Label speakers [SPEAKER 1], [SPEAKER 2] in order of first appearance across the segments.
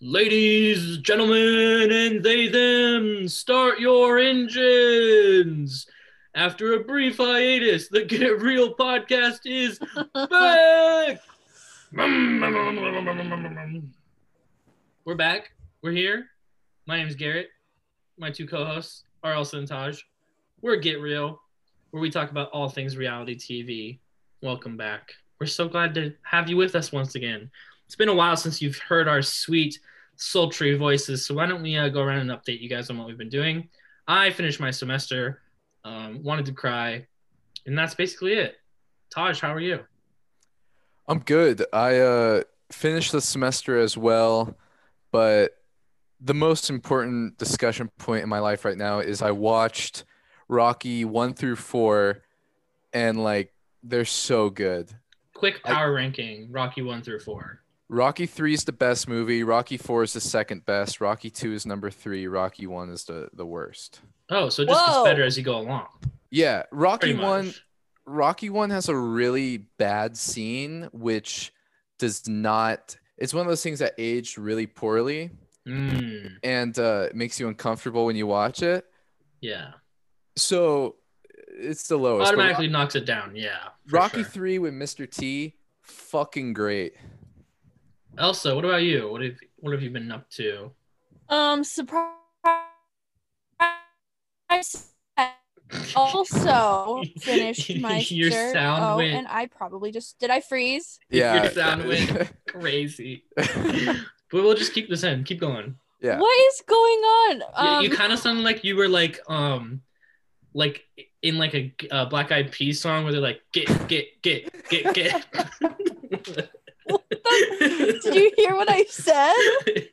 [SPEAKER 1] Ladies, gentlemen, and they them, start your engines. After a brief hiatus, the Get Real podcast is back. We're back. We're here. My name's Garrett. My two co-hosts are Elsa and Taj. We're Get Real, where we talk about all things reality TV. Welcome back. We're so glad to have you with us once again. It's been a while since you've heard our sweet, sultry voices. So why don't we uh, go around and update you guys on what we've been doing? I finished my semester, um, wanted to cry, and that's basically it. Taj, how are you?
[SPEAKER 2] I'm good. I uh, finished the semester as well, but the most important discussion point in my life right now is I watched Rocky one through four, and like they're so good.
[SPEAKER 1] Quick
[SPEAKER 2] I-
[SPEAKER 1] power ranking: Rocky one through four.
[SPEAKER 2] Rocky three is the best movie. Rocky four is the second best. Rocky two is number three. Rocky one is the the worst.
[SPEAKER 1] Oh, so it just
[SPEAKER 3] Whoa.
[SPEAKER 1] gets better as you go along.
[SPEAKER 2] Yeah, Rocky
[SPEAKER 1] Pretty much.
[SPEAKER 2] one. Rocky one has a really bad scene, which does not. It's one of those things that aged really poorly.
[SPEAKER 1] Mm,
[SPEAKER 2] and uh, it makes you uncomfortable when you watch it.
[SPEAKER 1] yeah.
[SPEAKER 2] So it's the lowest. but
[SPEAKER 1] Automatically knocks it down. Yeah. for
[SPEAKER 2] Oh, Rocky
[SPEAKER 1] sure.
[SPEAKER 2] three with Mr. T, fucking great.
[SPEAKER 1] Elsa, what about you? What have What have you been up to?
[SPEAKER 3] Um, surprise. Also finished my
[SPEAKER 1] Your
[SPEAKER 3] shirt.
[SPEAKER 1] sound
[SPEAKER 3] oh,
[SPEAKER 1] went-
[SPEAKER 3] and I probably just did. I freeze.
[SPEAKER 2] Yeah.
[SPEAKER 1] Your sound went crazy. but we'll just keep this in. Keep going.
[SPEAKER 2] yeah.
[SPEAKER 3] What is going on?
[SPEAKER 1] Yeah,
[SPEAKER 3] Um,
[SPEAKER 1] you kind of sound like you were like um, like in like a uh, Black Eyed Peas song where they're like get get get get get.
[SPEAKER 3] did you hear what I said?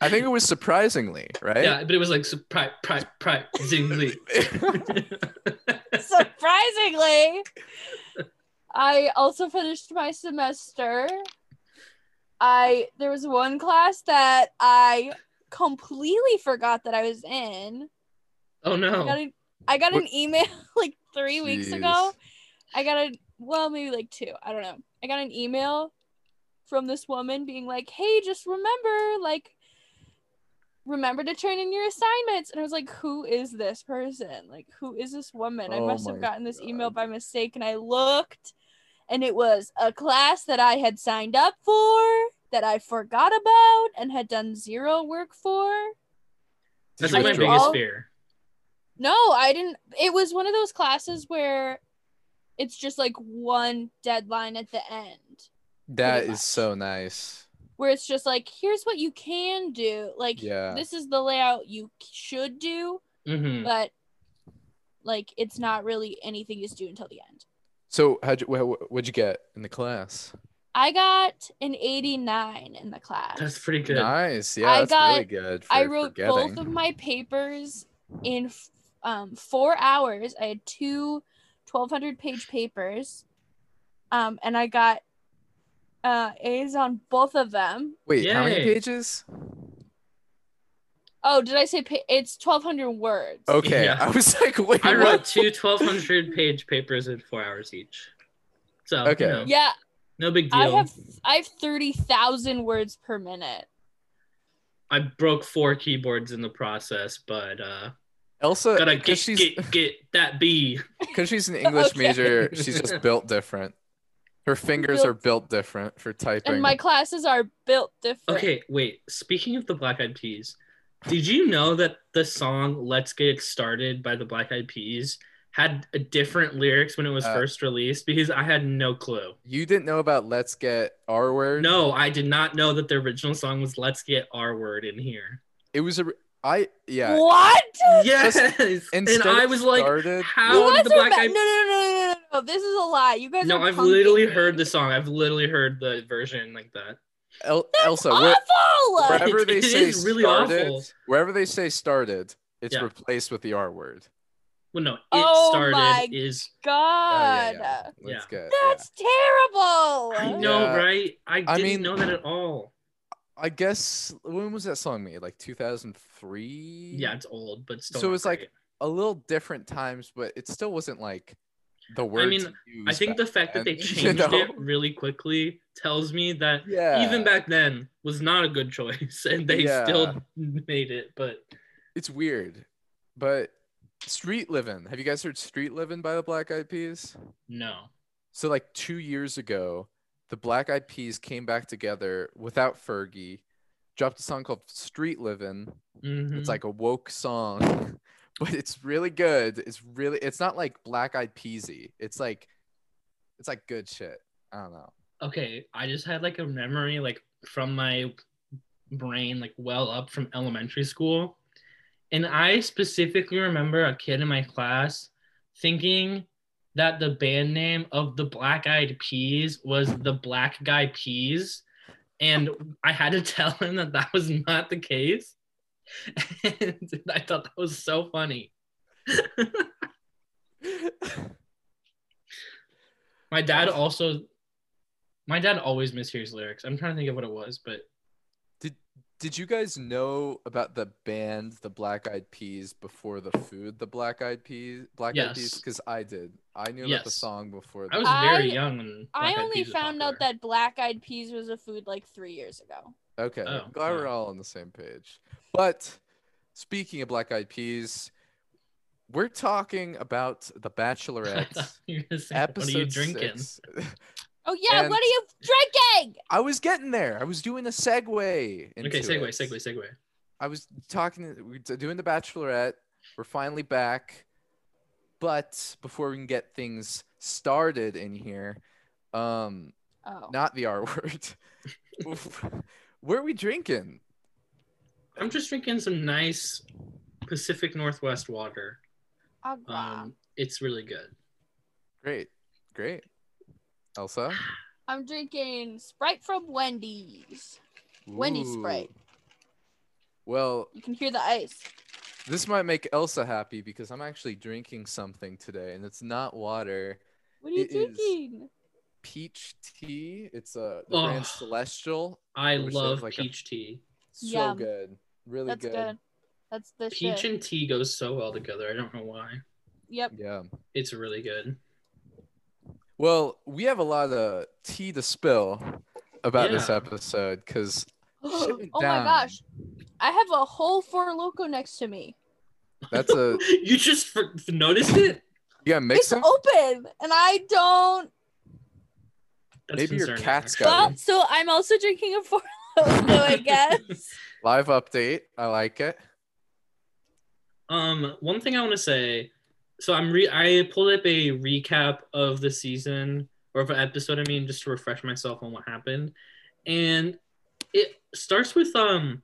[SPEAKER 2] I think it was surprisingly right.
[SPEAKER 1] Yeah, but it was like surprise, pri, pri, zingly.
[SPEAKER 3] Surprisingly, I also finished my semester. I there was one class that I completely forgot that I was in.
[SPEAKER 1] Oh
[SPEAKER 3] I got,
[SPEAKER 1] no.
[SPEAKER 3] an, I got
[SPEAKER 2] What-
[SPEAKER 3] an email like three weeks
[SPEAKER 2] Jeez.
[SPEAKER 3] ago. I got a well, maybe like two. I don't know. I got an email from this woman being like, "Hey, just remember, like, remember to turn in your assignments." And I was like, "Who is this person? Like, who is this woman?" I
[SPEAKER 2] Oh
[SPEAKER 3] must
[SPEAKER 2] my
[SPEAKER 3] have gotten this email
[SPEAKER 2] God.
[SPEAKER 3] by mistake, and I looked, and it was a class that I had signed up for that I forgot about and had done zero work for.
[SPEAKER 1] That's
[SPEAKER 2] you
[SPEAKER 1] like my
[SPEAKER 3] guys
[SPEAKER 1] biggest
[SPEAKER 3] all-
[SPEAKER 1] fear.
[SPEAKER 3] No, I didn't. It was one of those classes where it's just like one deadline at the end,
[SPEAKER 2] That
[SPEAKER 3] pretty
[SPEAKER 2] is
[SPEAKER 3] much.
[SPEAKER 2] so nice.
[SPEAKER 3] where it's just like, here's what you can do. Like,
[SPEAKER 2] Yeah.
[SPEAKER 3] this is the layout you should do,
[SPEAKER 1] hmm
[SPEAKER 3] but like, it's not really anything is due until the end.
[SPEAKER 2] So how'd you, wha- what'd you get in the class?
[SPEAKER 3] I got an 89 in the class.
[SPEAKER 1] That's pretty good.
[SPEAKER 2] Nice. Yeah,
[SPEAKER 3] I
[SPEAKER 2] that's
[SPEAKER 3] got-
[SPEAKER 2] really good. For
[SPEAKER 3] I wrote
[SPEAKER 2] forgetting.
[SPEAKER 3] both of my papers in f- um, four hours. I had two 1,200 page papers, um, and I got uh, A's on both of them.
[SPEAKER 2] Wait, how many
[SPEAKER 1] Yay.
[SPEAKER 2] pages?
[SPEAKER 3] Oh, did I say pa- it's 1,200 words?
[SPEAKER 2] Okay,
[SPEAKER 1] Yeah.
[SPEAKER 2] I was like, wait,
[SPEAKER 1] I
[SPEAKER 2] what?
[SPEAKER 1] wrote two 1,200 page papers in four hours each. So, you
[SPEAKER 2] Okay.
[SPEAKER 1] know,
[SPEAKER 3] Yeah,
[SPEAKER 1] no big deal.
[SPEAKER 3] I
[SPEAKER 1] I,
[SPEAKER 3] have I have 30,000 words per minute.
[SPEAKER 1] broke four keyboards in the process, but uh,
[SPEAKER 2] Elsa,
[SPEAKER 1] gotta
[SPEAKER 2] because
[SPEAKER 1] get,
[SPEAKER 2] she's
[SPEAKER 1] get, get that B.
[SPEAKER 2] Because she's an English
[SPEAKER 3] Okay.
[SPEAKER 2] major, she's just built different. Her fingers
[SPEAKER 3] Built-
[SPEAKER 2] are built different for typing.
[SPEAKER 3] And my classes are built different.
[SPEAKER 1] Okay, wait. Speaking of the Black Eyed Peas, did you know that the song Let's Get It Started by the Black Eyed Peas had a different lyrics when it was
[SPEAKER 2] Uh,
[SPEAKER 1] first released? Because I had no clue.
[SPEAKER 2] you didn't know about Let's Get R Word?
[SPEAKER 1] No, I did not know that the original song was Let's Get Our Word in here.
[SPEAKER 2] It was a. I yeah.
[SPEAKER 3] What?
[SPEAKER 1] Yes. And
[SPEAKER 2] Instead
[SPEAKER 1] I
[SPEAKER 2] it
[SPEAKER 1] was like,
[SPEAKER 2] started-
[SPEAKER 1] how
[SPEAKER 3] You
[SPEAKER 1] did
[SPEAKER 3] guys
[SPEAKER 1] the
[SPEAKER 3] are
[SPEAKER 1] Black
[SPEAKER 3] ma-
[SPEAKER 1] Eyed
[SPEAKER 3] no, no, no, no, no, no, no. This is a lie. You guys
[SPEAKER 1] No,
[SPEAKER 3] are
[SPEAKER 1] I've
[SPEAKER 3] punking
[SPEAKER 1] literally
[SPEAKER 3] me.
[SPEAKER 1] heard the song. I've literally heard the version like that.
[SPEAKER 2] El-
[SPEAKER 3] That's
[SPEAKER 2] Elsa, where-
[SPEAKER 3] awful.
[SPEAKER 2] wherever they
[SPEAKER 1] It
[SPEAKER 2] say
[SPEAKER 1] is really
[SPEAKER 2] started,
[SPEAKER 1] awful.
[SPEAKER 2] wherever they say started, it's
[SPEAKER 1] Yeah.
[SPEAKER 2] replaced with the R word.
[SPEAKER 1] Well, no, it
[SPEAKER 3] Oh
[SPEAKER 1] started
[SPEAKER 3] my
[SPEAKER 1] is.
[SPEAKER 3] God.
[SPEAKER 2] Oh, yeah, yeah. Let's get. yeah.
[SPEAKER 3] That's terrible.
[SPEAKER 1] I
[SPEAKER 2] know.
[SPEAKER 1] know,
[SPEAKER 2] Yeah.
[SPEAKER 1] right? I didn't
[SPEAKER 2] mean-
[SPEAKER 1] know that at all.
[SPEAKER 2] I guess when was that song made? Like 2003.
[SPEAKER 1] Yeah, it's old, but still.
[SPEAKER 2] So
[SPEAKER 1] not
[SPEAKER 2] it's like-
[SPEAKER 1] great.
[SPEAKER 2] A little different times, but it still wasn't like the word.
[SPEAKER 1] mean,
[SPEAKER 2] to use
[SPEAKER 1] I think
[SPEAKER 2] back
[SPEAKER 1] the fact that they
[SPEAKER 2] then, you
[SPEAKER 1] changed
[SPEAKER 2] know?
[SPEAKER 1] it really quickly tells me that
[SPEAKER 2] yeah,
[SPEAKER 1] even back then was not a good choice, and they
[SPEAKER 2] Yeah.
[SPEAKER 1] still made it. But
[SPEAKER 2] it's weird, but street living. Have you guys heard "Street Living" by the Black Eyed Peas?
[SPEAKER 1] no,
[SPEAKER 2] So like two years ago, the Black Eyed Peas came back together without Fergie, dropped a song called "Street Living."
[SPEAKER 1] Mhm.
[SPEAKER 2] It's like a woke song, but it's really good. It's really it's not like Black Eyed Peasy. It's like it's like good shit. I don't know.
[SPEAKER 1] okay, I just had like a memory like from my brain like well up from elementary school. And I specifically remember a kid in my class thinking that the band name of the Black Eyed Peas was the Black Guy Peas. And I had to tell him that that was not the case. And I thought that was so funny. My dad also, my dad always mishears lyrics. I'm trying to think of what it was, but
[SPEAKER 2] Did you guys know about the band the Black Eyed Peas before the food the Black Eyed Peas Black Eyed Peas?
[SPEAKER 1] Yes.
[SPEAKER 2] Because I did. I knew about the
[SPEAKER 1] Yes.
[SPEAKER 2] song before.
[SPEAKER 1] I was
[SPEAKER 2] the-
[SPEAKER 1] very
[SPEAKER 3] I-
[SPEAKER 1] young when
[SPEAKER 3] I
[SPEAKER 1] Black Eyed
[SPEAKER 3] only
[SPEAKER 1] Peas was
[SPEAKER 3] found out
[SPEAKER 1] popular.
[SPEAKER 3] that black eyed peas was a food like three years ago.
[SPEAKER 2] okay.
[SPEAKER 1] Oh,
[SPEAKER 2] glad we're
[SPEAKER 1] yeah.
[SPEAKER 2] all on the same page. But speaking of Black Eyed Peas, we're talking about the
[SPEAKER 1] I
[SPEAKER 2] Bachelorette.
[SPEAKER 1] thought you were gonna say, what are
[SPEAKER 2] episode
[SPEAKER 1] you drinking?
[SPEAKER 2] six.
[SPEAKER 3] Oh yeah,
[SPEAKER 2] And-
[SPEAKER 3] what are you drinking?
[SPEAKER 2] I was getting there. I was doing a segue. Into
[SPEAKER 1] Okay, segue,
[SPEAKER 2] it.
[SPEAKER 1] segue, segue.
[SPEAKER 2] I was talking, we we're doing The Bachelorette. We're finally back. But before we can get things started in here, um,
[SPEAKER 3] Oh,
[SPEAKER 2] not the R word. Where are we drinking?
[SPEAKER 1] I'm just drinking some nice Pacific Northwest water.
[SPEAKER 3] agua.
[SPEAKER 1] Um, it's really good.
[SPEAKER 2] Great. Great. Elsa?
[SPEAKER 3] I'm drinking Sprite from Wendy's. Wendy
[SPEAKER 2] Ooh.
[SPEAKER 3] Sprite.
[SPEAKER 2] Well,
[SPEAKER 3] You can hear the ice.
[SPEAKER 2] this might make Elsa happy because I'm actually drinking something today and it's not water.
[SPEAKER 3] What are you
[SPEAKER 2] It is-
[SPEAKER 3] drinking?
[SPEAKER 2] peach tea. It's a the brand
[SPEAKER 1] Ugh.
[SPEAKER 2] Celestial.
[SPEAKER 1] I
[SPEAKER 2] Wish they had
[SPEAKER 1] love
[SPEAKER 2] like a-
[SPEAKER 1] peach tea.
[SPEAKER 2] So
[SPEAKER 3] Yum.
[SPEAKER 2] good, really
[SPEAKER 3] That's
[SPEAKER 2] good.
[SPEAKER 3] good. That's the
[SPEAKER 1] Peach
[SPEAKER 3] shit.
[SPEAKER 1] and tea goes so well together. I don't know why.
[SPEAKER 3] Yep.
[SPEAKER 2] Yeah.
[SPEAKER 1] It's really good.
[SPEAKER 2] Well, we have a lot of tea to spill about this
[SPEAKER 1] Yeah.
[SPEAKER 2] episode because
[SPEAKER 3] oh
[SPEAKER 2] went
[SPEAKER 3] my
[SPEAKER 2] down.
[SPEAKER 3] gosh. I have a whole four loco next to me.
[SPEAKER 2] that's a
[SPEAKER 1] you just for- noticed it?
[SPEAKER 2] you gotta mix
[SPEAKER 3] it's
[SPEAKER 2] them.
[SPEAKER 3] open and I don't
[SPEAKER 1] That's
[SPEAKER 2] Maybe your
[SPEAKER 1] concerning,
[SPEAKER 2] cat's
[SPEAKER 1] actually.
[SPEAKER 2] got
[SPEAKER 3] Well, so I'm also drinking a four loco, I guess.
[SPEAKER 2] Live update. I like it.
[SPEAKER 1] Um, one thing I want to say, so I'm re I pulled up a recap of the season or of an episode. I mean, just to refresh myself on what happened, and it starts with um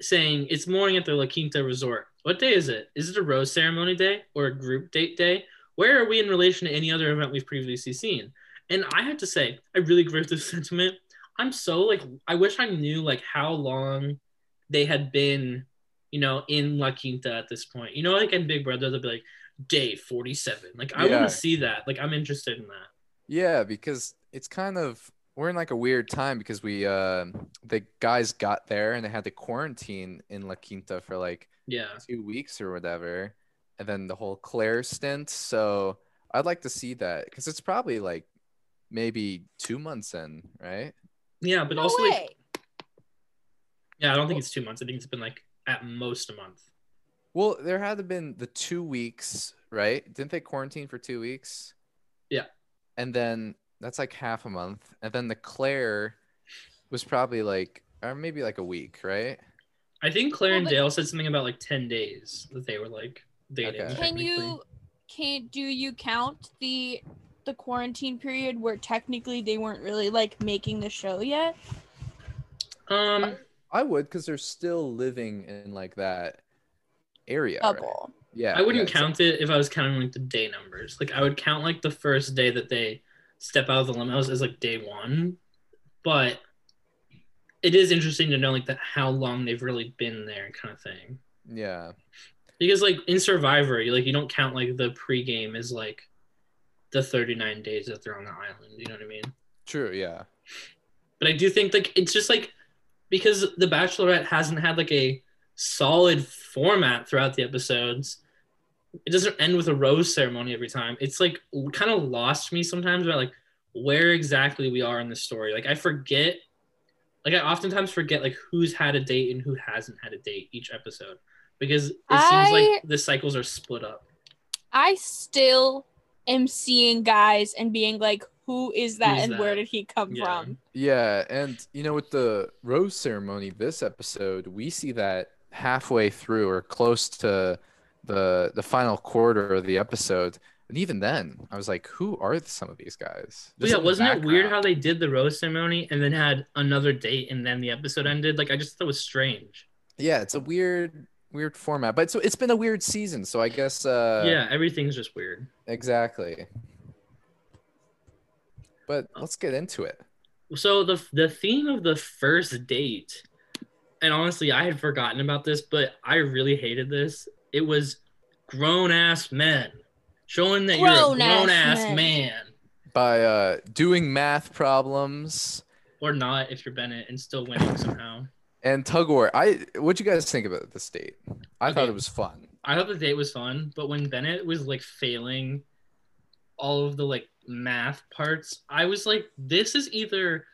[SPEAKER 1] saying it's morning at the La Quinta Resort. What day is it? Is it a rose ceremony day or a group date day? Where are we in relation to any other event we've previously seen? And I have to say, I really agree with this sentiment. I'm so like, I wish I knew like how long they had been you know, in La Quinta at this point. You know, like in Big Brother, they'll be like, day 47. Like, I
[SPEAKER 2] Yeah.
[SPEAKER 1] want to see that. Like, I'm interested in that.
[SPEAKER 2] Yeah, because it's kind of we're in like a weird time because we uh the guys got there and they had to quarantine in La Quinta for like
[SPEAKER 1] Yeah.
[SPEAKER 2] two weeks or whatever, and then the whole Claire stint. So I'd like to see that because it's probably like maybe two months in, right?
[SPEAKER 1] Yeah. But
[SPEAKER 3] no
[SPEAKER 1] also,
[SPEAKER 3] way.
[SPEAKER 1] like, yeah, I don't think it's two months. I think it's been like at most a month.
[SPEAKER 2] Well, there had to been the two weeks, right? Didn't they quarantine for two weeks?
[SPEAKER 1] Yeah.
[SPEAKER 2] And then that's like half a month, and then the Claire was probably like, or maybe like a week, right?
[SPEAKER 1] I think Claire
[SPEAKER 3] Well,
[SPEAKER 1] and
[SPEAKER 3] but-
[SPEAKER 1] Dale said something about like 10 days that they were like dating.
[SPEAKER 2] Okay.
[SPEAKER 3] can
[SPEAKER 1] technically.
[SPEAKER 3] you can do you count the the quarantine period where technically they weren't really like making the show yet?
[SPEAKER 1] Um,
[SPEAKER 2] I would, because they're still living in like that area. right?
[SPEAKER 3] Bubble.
[SPEAKER 2] Yeah.
[SPEAKER 1] I wouldn't
[SPEAKER 2] yeah, so-
[SPEAKER 1] count it if I was counting like the day numbers. Like, I would count like the first day that they step out of the limos as like day one. But it is interesting to know like that how long they've really been there kind of thing.
[SPEAKER 2] Yeah.
[SPEAKER 1] Because like in Survivor, you like you don't count like the pregame as like the 39 days that they're on the island. You know what I mean?
[SPEAKER 2] True. Yeah.
[SPEAKER 1] But I do think like it's just like because the Bachelorette hasn't had like a solid format throughout the episodes. it doesn't end with a rose ceremony every time. It's like kind of lost me sometimes about like where exactly we are in the story. Like I forget, like I oftentimes forget like who's had a date and who hasn't had a date each episode because it
[SPEAKER 3] I-
[SPEAKER 1] seems like the cycles are split up.
[SPEAKER 3] I still am seeing guys and being like, who is that
[SPEAKER 1] Who's
[SPEAKER 3] and where
[SPEAKER 1] that?
[SPEAKER 3] did he come
[SPEAKER 1] Yeah. Uh,
[SPEAKER 3] from?
[SPEAKER 2] Yeah, and you know, with the rose ceremony this episode, we see that halfway through or close to the the final quarter of the episode. And even then, I was like, who are some of these guys?
[SPEAKER 1] But
[SPEAKER 2] Just
[SPEAKER 1] yeah,
[SPEAKER 2] in the
[SPEAKER 1] wasn't it weird
[SPEAKER 2] background.
[SPEAKER 1] how they did the rose ceremony and then had another date and then the episode ended? Like I just thought it was strange.
[SPEAKER 2] Yeah, it's a weird weird format. But so it's been a weird season, so I guess uh
[SPEAKER 1] yeah, everything's just weird.
[SPEAKER 2] exactly. But
[SPEAKER 1] Oh.
[SPEAKER 2] let's get into it.
[SPEAKER 1] so the the theme of the first date and honestly i had forgotten about this but i really hated this it was grown ass men showing that you're a
[SPEAKER 3] Grown-ass
[SPEAKER 1] grown ass
[SPEAKER 3] men.
[SPEAKER 1] man
[SPEAKER 2] By uh doing math problems
[SPEAKER 1] or not if you're bennett and still winning somehow
[SPEAKER 2] and tug of war. I what'd you guys think about this date? I thought
[SPEAKER 1] Okay.
[SPEAKER 2] it was fun.
[SPEAKER 1] i thought the date was fun but when bennett was like failing all of the like math parts i was like this is either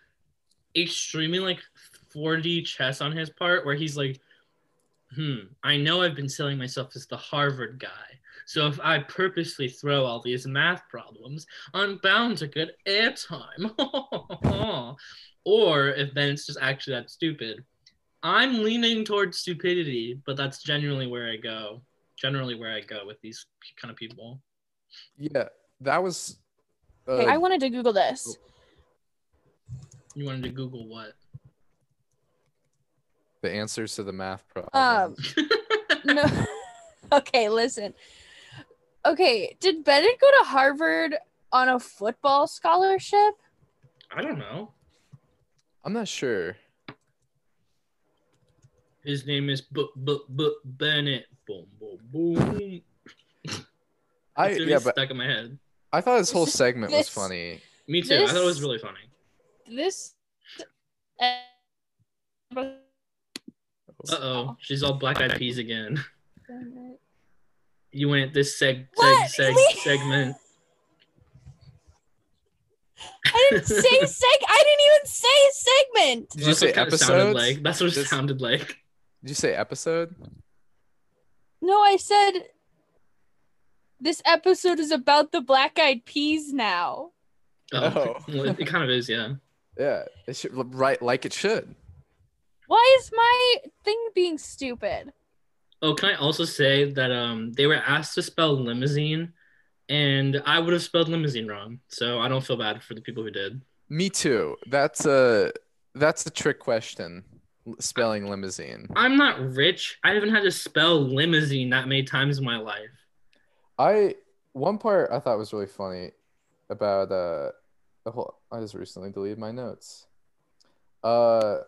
[SPEAKER 1] extremely like 4d chess on his part where he's like hmm, I know I've been selling myself as the Harvard guy. So if I purposely throw all these math problems, I'm bound to get airtime. or if Bennett's just actually that stupid, I'm leaning towards stupidity, but that's generally where I go. Generally, where I go with these kind of people.
[SPEAKER 2] Yeah, that was. Uh,
[SPEAKER 3] Okay, I wanted to Google this.
[SPEAKER 1] You wanted to Google what?
[SPEAKER 2] the answers to the math problem.
[SPEAKER 1] oh,
[SPEAKER 3] Um, no. okay, listen. Okay, did Bennett go to Harvard on a football scholarship?
[SPEAKER 1] I don't know.
[SPEAKER 2] I'm not sure.
[SPEAKER 1] His name is B- B- B- Bennett. Boom, boom, boom.
[SPEAKER 2] I
[SPEAKER 1] It's gonna be
[SPEAKER 2] yeah, but
[SPEAKER 1] stuck in my head.
[SPEAKER 2] I thought this whole segment was
[SPEAKER 3] This-
[SPEAKER 2] funny.
[SPEAKER 1] Me too. I thought it was really funny.
[SPEAKER 3] This.
[SPEAKER 1] Uh oh, she's all black eyed peas again.
[SPEAKER 3] Bennett.
[SPEAKER 1] You went this seg seg
[SPEAKER 3] What?
[SPEAKER 1] seg
[SPEAKER 3] Leave-
[SPEAKER 1] segment.
[SPEAKER 3] I didn't say seg. I didn't even say segment.
[SPEAKER 2] Did you say
[SPEAKER 1] That's what it kinda
[SPEAKER 2] episodes?
[SPEAKER 1] Sounded like. That's what it
[SPEAKER 2] This-
[SPEAKER 1] sounded like.
[SPEAKER 2] Did you say episode?
[SPEAKER 3] No, I said this episode is about the black eyed peas now.
[SPEAKER 1] Oh,
[SPEAKER 2] Oh.
[SPEAKER 1] well, it kind of is, yeah.
[SPEAKER 2] Yeah, it should look right like it should.
[SPEAKER 3] Why is my thing being stupid?
[SPEAKER 1] Oh, can I also say that um they were asked to spell limousine, and I would have spelled limousine wrong, so I don't feel bad for the people who did.
[SPEAKER 2] Me too. That's a that's a trick question. L- Spelling limousine.
[SPEAKER 1] I'm not rich. I haven't had to spell limousine that many times in my life.
[SPEAKER 2] I one part I thought was really funny about uh the whole I just recently deleted my notes. Uh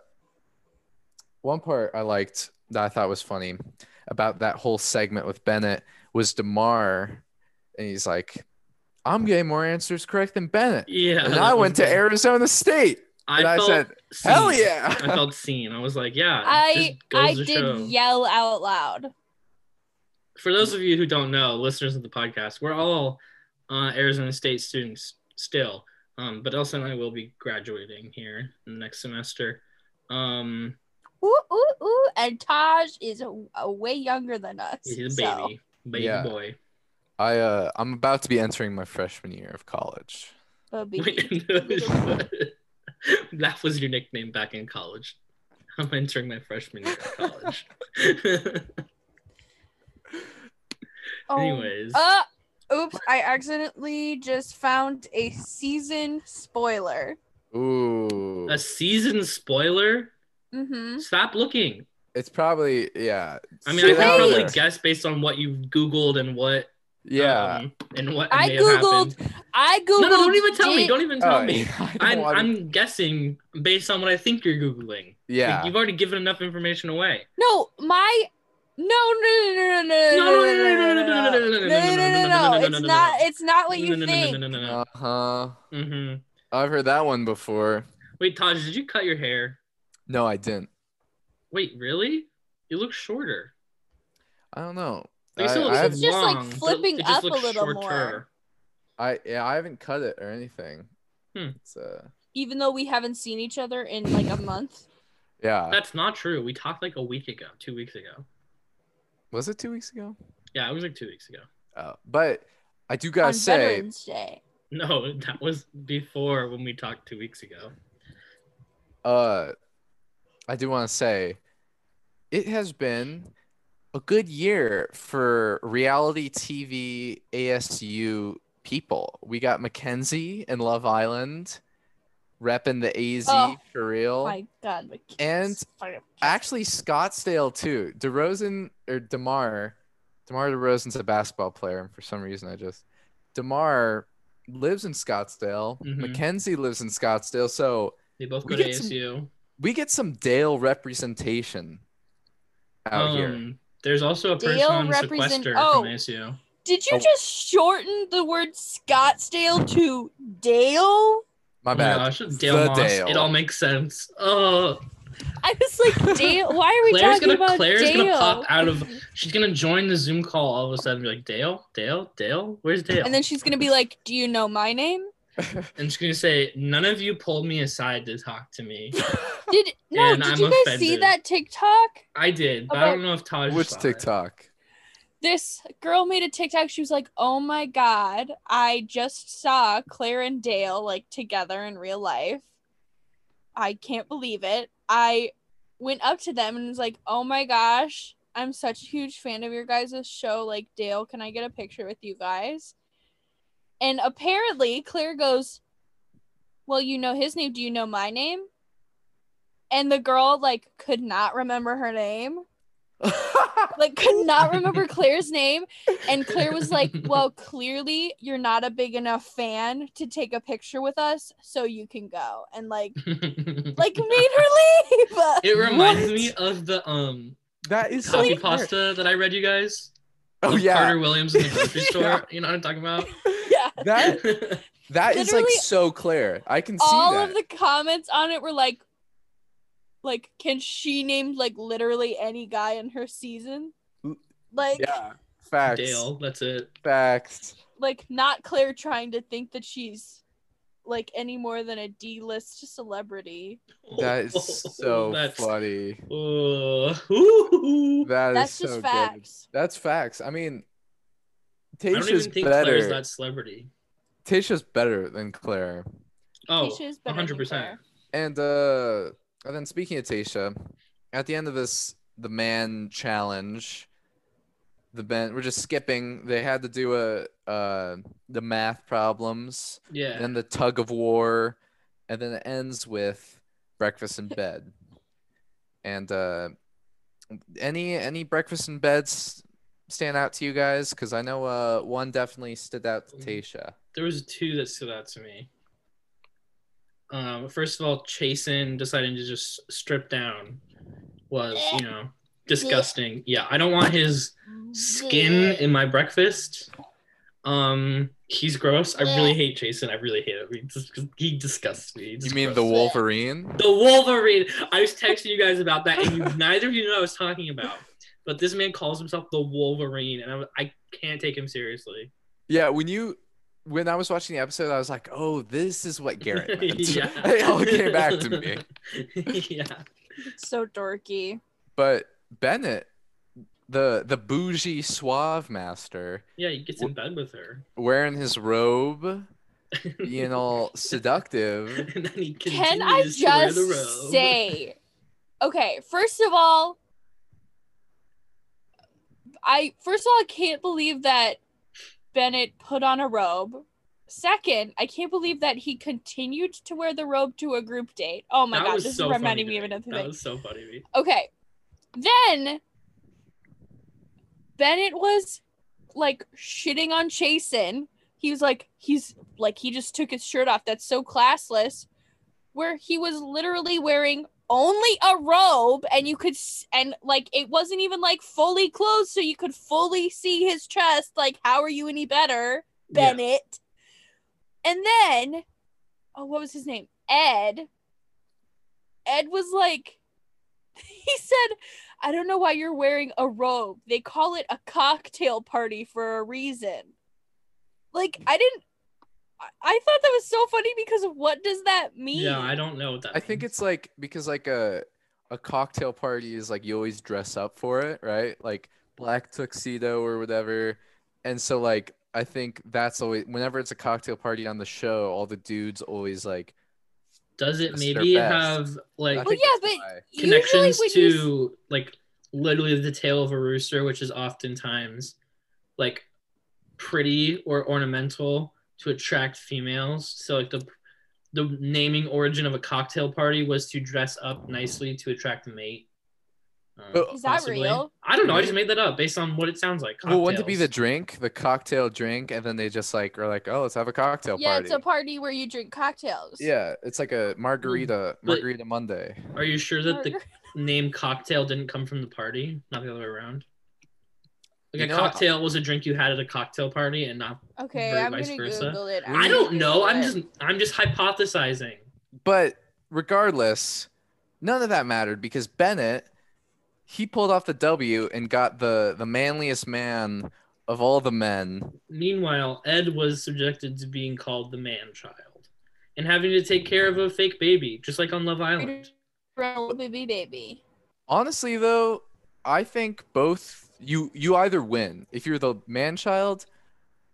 [SPEAKER 2] one part I liked that I thought was funny about that whole segment with Bennett was DeMar and he's like, I'm getting more answers correct than Bennett.
[SPEAKER 1] Yeah.
[SPEAKER 2] And
[SPEAKER 1] that
[SPEAKER 2] I
[SPEAKER 1] was
[SPEAKER 2] went to
[SPEAKER 1] good.
[SPEAKER 2] Arizona State.
[SPEAKER 1] I,
[SPEAKER 2] And I,
[SPEAKER 1] felt
[SPEAKER 2] said,
[SPEAKER 1] seen.
[SPEAKER 2] Hell
[SPEAKER 1] I
[SPEAKER 2] yeah.
[SPEAKER 1] felt seen. I was like, yeah. just
[SPEAKER 3] I
[SPEAKER 1] goes
[SPEAKER 3] I
[SPEAKER 1] to
[SPEAKER 3] did
[SPEAKER 1] show.
[SPEAKER 3] yell out loud.
[SPEAKER 1] for those of you who don't know, listeners of the podcast, we're all uh, Arizona State students still, um, but Elsa and I will be graduating here in the next semester. Um,
[SPEAKER 3] Ooh ooh ooh! And Taj is a, a way younger than us.
[SPEAKER 1] he's a
[SPEAKER 3] so-
[SPEAKER 1] baby, baby
[SPEAKER 2] Yeah.
[SPEAKER 1] boy.
[SPEAKER 2] I uh I'm about to be entering my freshman year of college.
[SPEAKER 3] Baby.
[SPEAKER 1] that was your nickname back in college. I'm entering my freshman year of college.
[SPEAKER 3] Oh,
[SPEAKER 1] Anyways,
[SPEAKER 3] Uh, oops! I accidentally just found a season spoiler.
[SPEAKER 2] Ooh.
[SPEAKER 1] a season spoiler.
[SPEAKER 3] Mm-hmm.
[SPEAKER 1] Stop looking.
[SPEAKER 2] It's probably yeah.
[SPEAKER 1] I mean,
[SPEAKER 2] Get
[SPEAKER 1] I
[SPEAKER 2] out
[SPEAKER 1] can
[SPEAKER 2] of
[SPEAKER 1] probably
[SPEAKER 2] there.
[SPEAKER 1] guess based on what you Googled and what
[SPEAKER 2] Yeah.
[SPEAKER 1] um, and what
[SPEAKER 3] I
[SPEAKER 1] may have happened.
[SPEAKER 3] I googled.
[SPEAKER 1] No, no, don't even tell me.
[SPEAKER 3] did-
[SPEAKER 1] Don't even tell
[SPEAKER 2] Oh,
[SPEAKER 1] me.
[SPEAKER 2] yeah, I
[SPEAKER 1] I'm,
[SPEAKER 2] don't wanna-
[SPEAKER 1] I'm guessing based on what I think you're Googling.
[SPEAKER 2] yeah.
[SPEAKER 1] Like, you've already given enough information away.
[SPEAKER 3] No, my no no no no
[SPEAKER 1] No, no,
[SPEAKER 3] no
[SPEAKER 1] no, no, no, no, no, no, no, no, no, no,
[SPEAKER 3] no no no
[SPEAKER 1] no, no,
[SPEAKER 3] no it's
[SPEAKER 1] no,
[SPEAKER 3] not
[SPEAKER 1] no.
[SPEAKER 3] it's not what
[SPEAKER 1] No,
[SPEAKER 3] you
[SPEAKER 1] no, no, no,
[SPEAKER 3] think.
[SPEAKER 1] No, no, no, no.
[SPEAKER 2] Uh huh.
[SPEAKER 1] Mm-hmm.
[SPEAKER 2] I've heard that one before.
[SPEAKER 1] Wait, Taj, did you cut your hair?
[SPEAKER 2] No, I didn't.
[SPEAKER 1] Wait, really? You look shorter.
[SPEAKER 2] I don't know.
[SPEAKER 1] Like, it still
[SPEAKER 2] I-
[SPEAKER 1] looks
[SPEAKER 2] I have-
[SPEAKER 3] It's just, like,
[SPEAKER 1] long, but
[SPEAKER 3] flipping
[SPEAKER 1] it just
[SPEAKER 3] up a
[SPEAKER 1] looks
[SPEAKER 3] little more.
[SPEAKER 1] shorter.
[SPEAKER 2] I yeah, I haven't cut it or anything.
[SPEAKER 1] Hmm.
[SPEAKER 2] It's uh
[SPEAKER 3] even though we haven't seen each other in like a month.
[SPEAKER 2] yeah.
[SPEAKER 1] That's not true. We talked like a week ago, two weeks ago.
[SPEAKER 2] Was it two weeks ago?
[SPEAKER 1] Yeah, it was like two weeks ago.
[SPEAKER 2] Uh, but I do gotta
[SPEAKER 3] on
[SPEAKER 2] say
[SPEAKER 3] Veterans Day.
[SPEAKER 1] No, that was before when we talked two weeks ago.
[SPEAKER 2] uh I do want to say it has been a good year for reality TV ASU people. We got Mackenzie and Love Island repping the AZ
[SPEAKER 3] Oh,
[SPEAKER 2] for real.
[SPEAKER 3] My God, my kids.
[SPEAKER 2] And Actually, Scottsdale too. DeRozan or Demar, Demar Derozan's a basketball player, and for some reason I just Demar lives in Scottsdale.
[SPEAKER 1] Mhm.
[SPEAKER 2] Mackenzie lives in Scottsdale, so
[SPEAKER 1] They both
[SPEAKER 2] We
[SPEAKER 1] go to
[SPEAKER 2] get some-
[SPEAKER 1] ASU.
[SPEAKER 2] we get some Dale representation out here.
[SPEAKER 1] Um, there's also a person
[SPEAKER 3] Dale
[SPEAKER 1] on
[SPEAKER 3] represent-
[SPEAKER 1] sequester
[SPEAKER 3] oh.
[SPEAKER 1] from ASU.
[SPEAKER 3] Did you
[SPEAKER 2] Oh.
[SPEAKER 3] just shorten the word Scottsdale to Dale?
[SPEAKER 2] My
[SPEAKER 1] Oh my
[SPEAKER 2] bad.
[SPEAKER 1] gosh, Dale
[SPEAKER 2] The
[SPEAKER 1] Moss.
[SPEAKER 2] Dale.
[SPEAKER 1] It all makes sense. Oh,
[SPEAKER 3] I was like, Dale. Why are we
[SPEAKER 1] Claire's
[SPEAKER 3] talking
[SPEAKER 1] gonna
[SPEAKER 3] about
[SPEAKER 1] Claire's
[SPEAKER 3] Dale?
[SPEAKER 1] gonna pop out of. She's gonna join the Zoom call all of a sudden. Be like, Dale, Dale, Dale. Where's Dale?
[SPEAKER 3] and then she's gonna be like, "Do you know my name?"
[SPEAKER 1] And she's gonna say, none of you pulled me aside to talk to me.
[SPEAKER 3] Did no?
[SPEAKER 1] And
[SPEAKER 3] did
[SPEAKER 1] I'm
[SPEAKER 3] you guys see
[SPEAKER 1] offended.
[SPEAKER 3] that TikTok?
[SPEAKER 1] I did, but I don't know if Taj.
[SPEAKER 2] Which
[SPEAKER 1] saw it.
[SPEAKER 2] TikTok?
[SPEAKER 3] This girl made a TikTok. She was like, "Oh my god, I just saw Claire and Dale like together in real life. I can't believe it. I went up to them and was like, "Oh my gosh, I'm such a huge fan of your guys' show. Like, Dale, can I get a picture with you guys?" And apparently, Claire goes, "Well, you know his name. Do you know my name?" And the girl like could not remember her name like could not remember Claire's name and Claire was like, "Well, clearly you're not a big enough fan to take a picture with us, so you can go." And like like made her leave.
[SPEAKER 1] it reminds
[SPEAKER 2] What?
[SPEAKER 1] me of the um
[SPEAKER 2] that is so
[SPEAKER 1] copy
[SPEAKER 2] weird.
[SPEAKER 1] pasta that I read you guys.
[SPEAKER 2] Oh
[SPEAKER 1] of
[SPEAKER 2] yeah,
[SPEAKER 1] Carter Williams in the grocery
[SPEAKER 2] Yeah.
[SPEAKER 1] store. You know what I'm talking about?
[SPEAKER 3] yeah.
[SPEAKER 2] that that is like
[SPEAKER 3] Literally
[SPEAKER 2] so clear. I can see
[SPEAKER 3] All
[SPEAKER 2] that.
[SPEAKER 3] of the comments on it were like like can she name like literally any guy in her season?
[SPEAKER 2] Mm.
[SPEAKER 3] Like
[SPEAKER 2] yeah, facts.
[SPEAKER 1] Dale, that's it.
[SPEAKER 2] Facts.
[SPEAKER 3] like not Claire trying to think that she's like any more than a D-list celebrity.
[SPEAKER 2] That is so
[SPEAKER 1] That's-
[SPEAKER 2] funny.
[SPEAKER 1] Uh, ooh.
[SPEAKER 2] That is
[SPEAKER 3] That's
[SPEAKER 2] so
[SPEAKER 3] just
[SPEAKER 2] good.
[SPEAKER 3] facts.
[SPEAKER 2] That's facts. I mean,
[SPEAKER 1] I don't
[SPEAKER 2] Tasha's
[SPEAKER 1] even think
[SPEAKER 2] better.
[SPEAKER 1] Claire's that celebrity.
[SPEAKER 2] Tasha's better than Claire.
[SPEAKER 1] Oh,
[SPEAKER 3] Tisha is better than
[SPEAKER 1] 100%.
[SPEAKER 3] Claire.
[SPEAKER 2] And uh, and then speaking of Tasha, at the end of this, the man challenge, the man, we're just skipping. They had to do a uh the math problems,
[SPEAKER 1] Yeah.
[SPEAKER 2] then the tug of war, and then it ends with breakfast in bed. And uh, any any breakfast in beds stand out to you guys? Because I know uh one definitely stood out to Tasha.
[SPEAKER 1] there was two that stood out to me. Um, first of all, Chasen deciding to just strip down was, you know, disgusting. Yeah, I don't want his skin in my breakfast. Um, he's gross. I really hate Jason. I really hate him. He, dis- he disgusts me. He's
[SPEAKER 2] You mean the
[SPEAKER 1] gross.
[SPEAKER 2] Wolverine?
[SPEAKER 1] the Wolverine? I was texting you guys about that, and you, neither of you knew what I was talking about. But this man calls himself the Wolverine, and I, I can't take him seriously.
[SPEAKER 2] Yeah, when you when I was watching the episode, I was like, "Oh, this is what Garrett meant."
[SPEAKER 1] yeah,
[SPEAKER 2] it all came back to me.
[SPEAKER 1] yeah,
[SPEAKER 3] It's so dorky.
[SPEAKER 2] But Bennett, the the bougie suave master,
[SPEAKER 1] yeah. He gets in bed with her,
[SPEAKER 2] wearing his robe, being all seductive.
[SPEAKER 1] and then he
[SPEAKER 3] Can I
[SPEAKER 1] continues to wear the
[SPEAKER 3] just
[SPEAKER 1] robe.
[SPEAKER 3] say, okay, first of all, I first of all I can't believe that Bennett put on a robe. Second, I can't believe that he continued to wear the robe to a group date. Oh my
[SPEAKER 1] That
[SPEAKER 3] god,
[SPEAKER 1] was
[SPEAKER 3] this
[SPEAKER 1] so
[SPEAKER 3] is
[SPEAKER 1] funny
[SPEAKER 3] reminding
[SPEAKER 1] to
[SPEAKER 3] me of another
[SPEAKER 1] That
[SPEAKER 3] thing.
[SPEAKER 1] was so funny. to me.
[SPEAKER 3] Okay. Then Bennett was like shitting on Chasen. He was like, he's like, he just took his shirt off. That's so classless. Where he was literally wearing only a robe and you could, s- and like, it wasn't even like fully closed. So you could fully see his chest. Like, how are you any better?
[SPEAKER 1] Yeah.
[SPEAKER 3] Bennett. And then, oh, what was his name? Ed. Ed was like, he said, I don't know why you're wearing a robe. They call it a cocktail party for a reason. Like, I didn't. I- I thought that was so funny because of what does that mean?
[SPEAKER 1] Yeah, I don't know what that.
[SPEAKER 2] I think
[SPEAKER 1] means.
[SPEAKER 2] it's like because like a a cocktail party is like you always dress up for it, right? Like black tuxedo or whatever. And so like I think that's always whenever it's a cocktail party on the show, all the dudes always like
[SPEAKER 1] Does it
[SPEAKER 2] it's their
[SPEAKER 1] maybe
[SPEAKER 2] best.
[SPEAKER 1] have
[SPEAKER 2] I
[SPEAKER 1] like
[SPEAKER 3] Well,
[SPEAKER 2] think
[SPEAKER 3] yeah,
[SPEAKER 2] that's
[SPEAKER 3] but
[SPEAKER 2] why.
[SPEAKER 3] Usually
[SPEAKER 1] connections
[SPEAKER 3] when
[SPEAKER 1] to
[SPEAKER 3] you s-
[SPEAKER 1] like literally the tail of a rooster, which is oftentimes like pretty or ornamental to attract females. So like the the naming origin of a cocktail party was to dress up nicely to attract a mate. Uh,
[SPEAKER 2] But-
[SPEAKER 3] Is that
[SPEAKER 1] possibly.
[SPEAKER 3] real?
[SPEAKER 1] I don't know. I just made that up based on what it sounds like.
[SPEAKER 2] Well, one to be the
[SPEAKER 1] Cocktails.
[SPEAKER 2] drink, the cocktail drink, and then they just like are like, oh, let's have a cocktail
[SPEAKER 3] yeah,
[SPEAKER 2] party.
[SPEAKER 3] it's a party where you drink cocktails.
[SPEAKER 2] yeah, it's like a margarita,
[SPEAKER 1] Mm. But-
[SPEAKER 2] margarita Monday.
[SPEAKER 1] Are you sure that the
[SPEAKER 3] Or-
[SPEAKER 1] name cocktail didn't come from the party, not the other way around? Like
[SPEAKER 2] You
[SPEAKER 1] a
[SPEAKER 2] know what?
[SPEAKER 1] cocktail was a drink you had at a cocktail party and not
[SPEAKER 3] Okay,
[SPEAKER 1] Very
[SPEAKER 3] I'm
[SPEAKER 1] vice
[SPEAKER 3] gonna
[SPEAKER 1] versa.
[SPEAKER 3] Google it.
[SPEAKER 1] I don't know. I'm
[SPEAKER 3] Google
[SPEAKER 1] just
[SPEAKER 3] it.
[SPEAKER 1] I'm just hypothesizing.
[SPEAKER 2] But regardless, none of that mattered because Bennett, he pulled off the W and got the the manliest man of all the men.
[SPEAKER 1] Meanwhile, Ed was subjected to being called the man child and having to take care of a fake baby, just like on Love Island.
[SPEAKER 3] Real baby baby.
[SPEAKER 2] Honestly, though, I think both you you either win if you're the man child.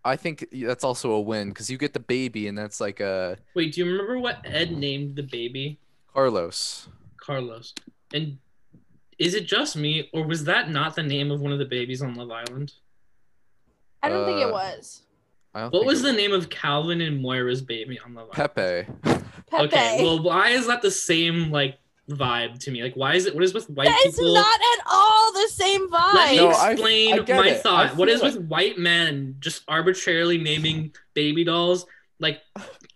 [SPEAKER 2] I think that's also a win because you get the baby and that's like uh, a
[SPEAKER 1] Wait, do you remember what Ed named the baby?
[SPEAKER 2] Carlos.
[SPEAKER 1] Carlos. And is it just me, or was that not the name of one of the babies on Love Island?
[SPEAKER 3] I don't think it
[SPEAKER 2] Uh,
[SPEAKER 3] was.
[SPEAKER 2] I don't
[SPEAKER 1] What
[SPEAKER 2] think
[SPEAKER 1] was
[SPEAKER 2] it-
[SPEAKER 1] the name of Calvin and Moira's baby on Love Island?
[SPEAKER 2] Pepe?
[SPEAKER 3] Pepe.
[SPEAKER 1] Okay, well, why is that the same like vibe to me? Like, why is it? What is with white
[SPEAKER 3] that is
[SPEAKER 1] people?
[SPEAKER 3] not at all the same vibe.
[SPEAKER 1] Let me
[SPEAKER 2] No, I-
[SPEAKER 1] explain
[SPEAKER 2] I get
[SPEAKER 1] my
[SPEAKER 2] it. I
[SPEAKER 1] thought. What
[SPEAKER 2] feel
[SPEAKER 1] is with white men just arbitrarily naming baby dolls like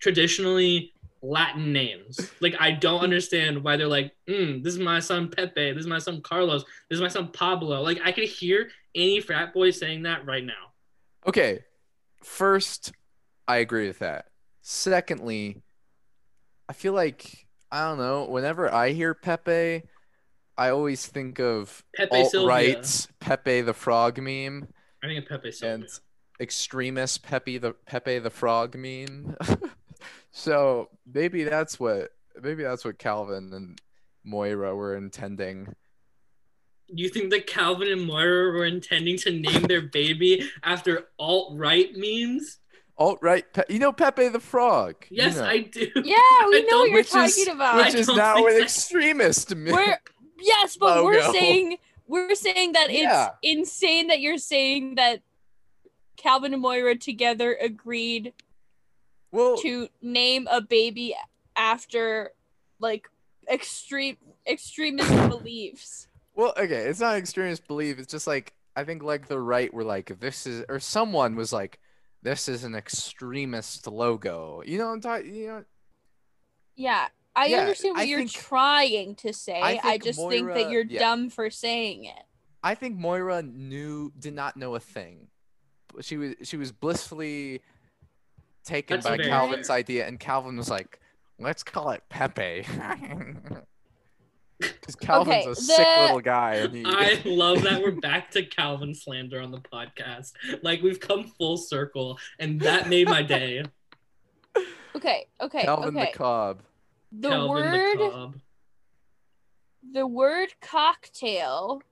[SPEAKER 1] traditionally Latin names? Like I don't understand why they're like, mm, "This is my son Pepe. This is my son Carlos. This is my son Pablo." Like I could hear any frat boy saying that right now.
[SPEAKER 2] Okay. First, I agree with that. Secondly, I feel like I don't know, whenever I hear Pepe, I always think of
[SPEAKER 1] Pepe
[SPEAKER 2] alt
[SPEAKER 1] Sylvia.
[SPEAKER 2] rights, Pepe the Frog meme,
[SPEAKER 1] I think of Pepe Sylvia.
[SPEAKER 2] and extremist Pepe the Pepe the Frog meme. so maybe that's what maybe that's what Calvin and Moira were intending.
[SPEAKER 1] You think that Calvin and Moira were intending to name their baby after alt right memes?
[SPEAKER 2] Alt right, Pe- you know Pepe the Frog. you
[SPEAKER 1] Yes,
[SPEAKER 2] know.
[SPEAKER 1] I do.
[SPEAKER 3] yeah, we know what you're
[SPEAKER 2] Which is-
[SPEAKER 3] talking about.
[SPEAKER 2] which
[SPEAKER 1] I
[SPEAKER 2] is
[SPEAKER 1] don't
[SPEAKER 2] now
[SPEAKER 1] think
[SPEAKER 2] an
[SPEAKER 1] that-
[SPEAKER 2] extremist. meme.
[SPEAKER 3] we're yes, but
[SPEAKER 2] Logo.
[SPEAKER 3] we're saying we're saying that it's
[SPEAKER 2] Oh, Yeah.
[SPEAKER 3] insane that you're saying that Calvin and Moira together agreed
[SPEAKER 2] well,
[SPEAKER 3] to name a baby after like extreme extremist beliefs.
[SPEAKER 2] Well, okay, it's not extremist belief. It's just like I think like the right were like this is or someone was like this is an extremist logo. You know what I'm talking. You know,
[SPEAKER 3] Yeah, I
[SPEAKER 2] Yeah,
[SPEAKER 3] understand what
[SPEAKER 2] I
[SPEAKER 3] you're
[SPEAKER 2] think-
[SPEAKER 3] trying to say.
[SPEAKER 2] I
[SPEAKER 3] I,
[SPEAKER 2] think
[SPEAKER 3] just think
[SPEAKER 2] Moira-
[SPEAKER 3] that you're
[SPEAKER 2] yeah.
[SPEAKER 3] dumb for saying it.
[SPEAKER 2] I think Moira knew did not know a thing. She was she was blissfully taken
[SPEAKER 1] That's
[SPEAKER 2] by
[SPEAKER 1] very
[SPEAKER 2] Calvin's
[SPEAKER 1] fair.
[SPEAKER 2] idea, and Calvin was like, "Let's call it Pepe." Because Calvin's
[SPEAKER 3] Okay,
[SPEAKER 2] a sick
[SPEAKER 3] the-
[SPEAKER 2] little guy, and he,
[SPEAKER 1] I love that we're back to Calvin slander on the podcast. Like we've come full circle, and that made my day.
[SPEAKER 3] Okay, okay,
[SPEAKER 2] Calvin
[SPEAKER 3] okay.
[SPEAKER 2] the Cobb.
[SPEAKER 3] The
[SPEAKER 1] Calvin
[SPEAKER 3] word
[SPEAKER 1] the Cobb.
[SPEAKER 3] the word cocktail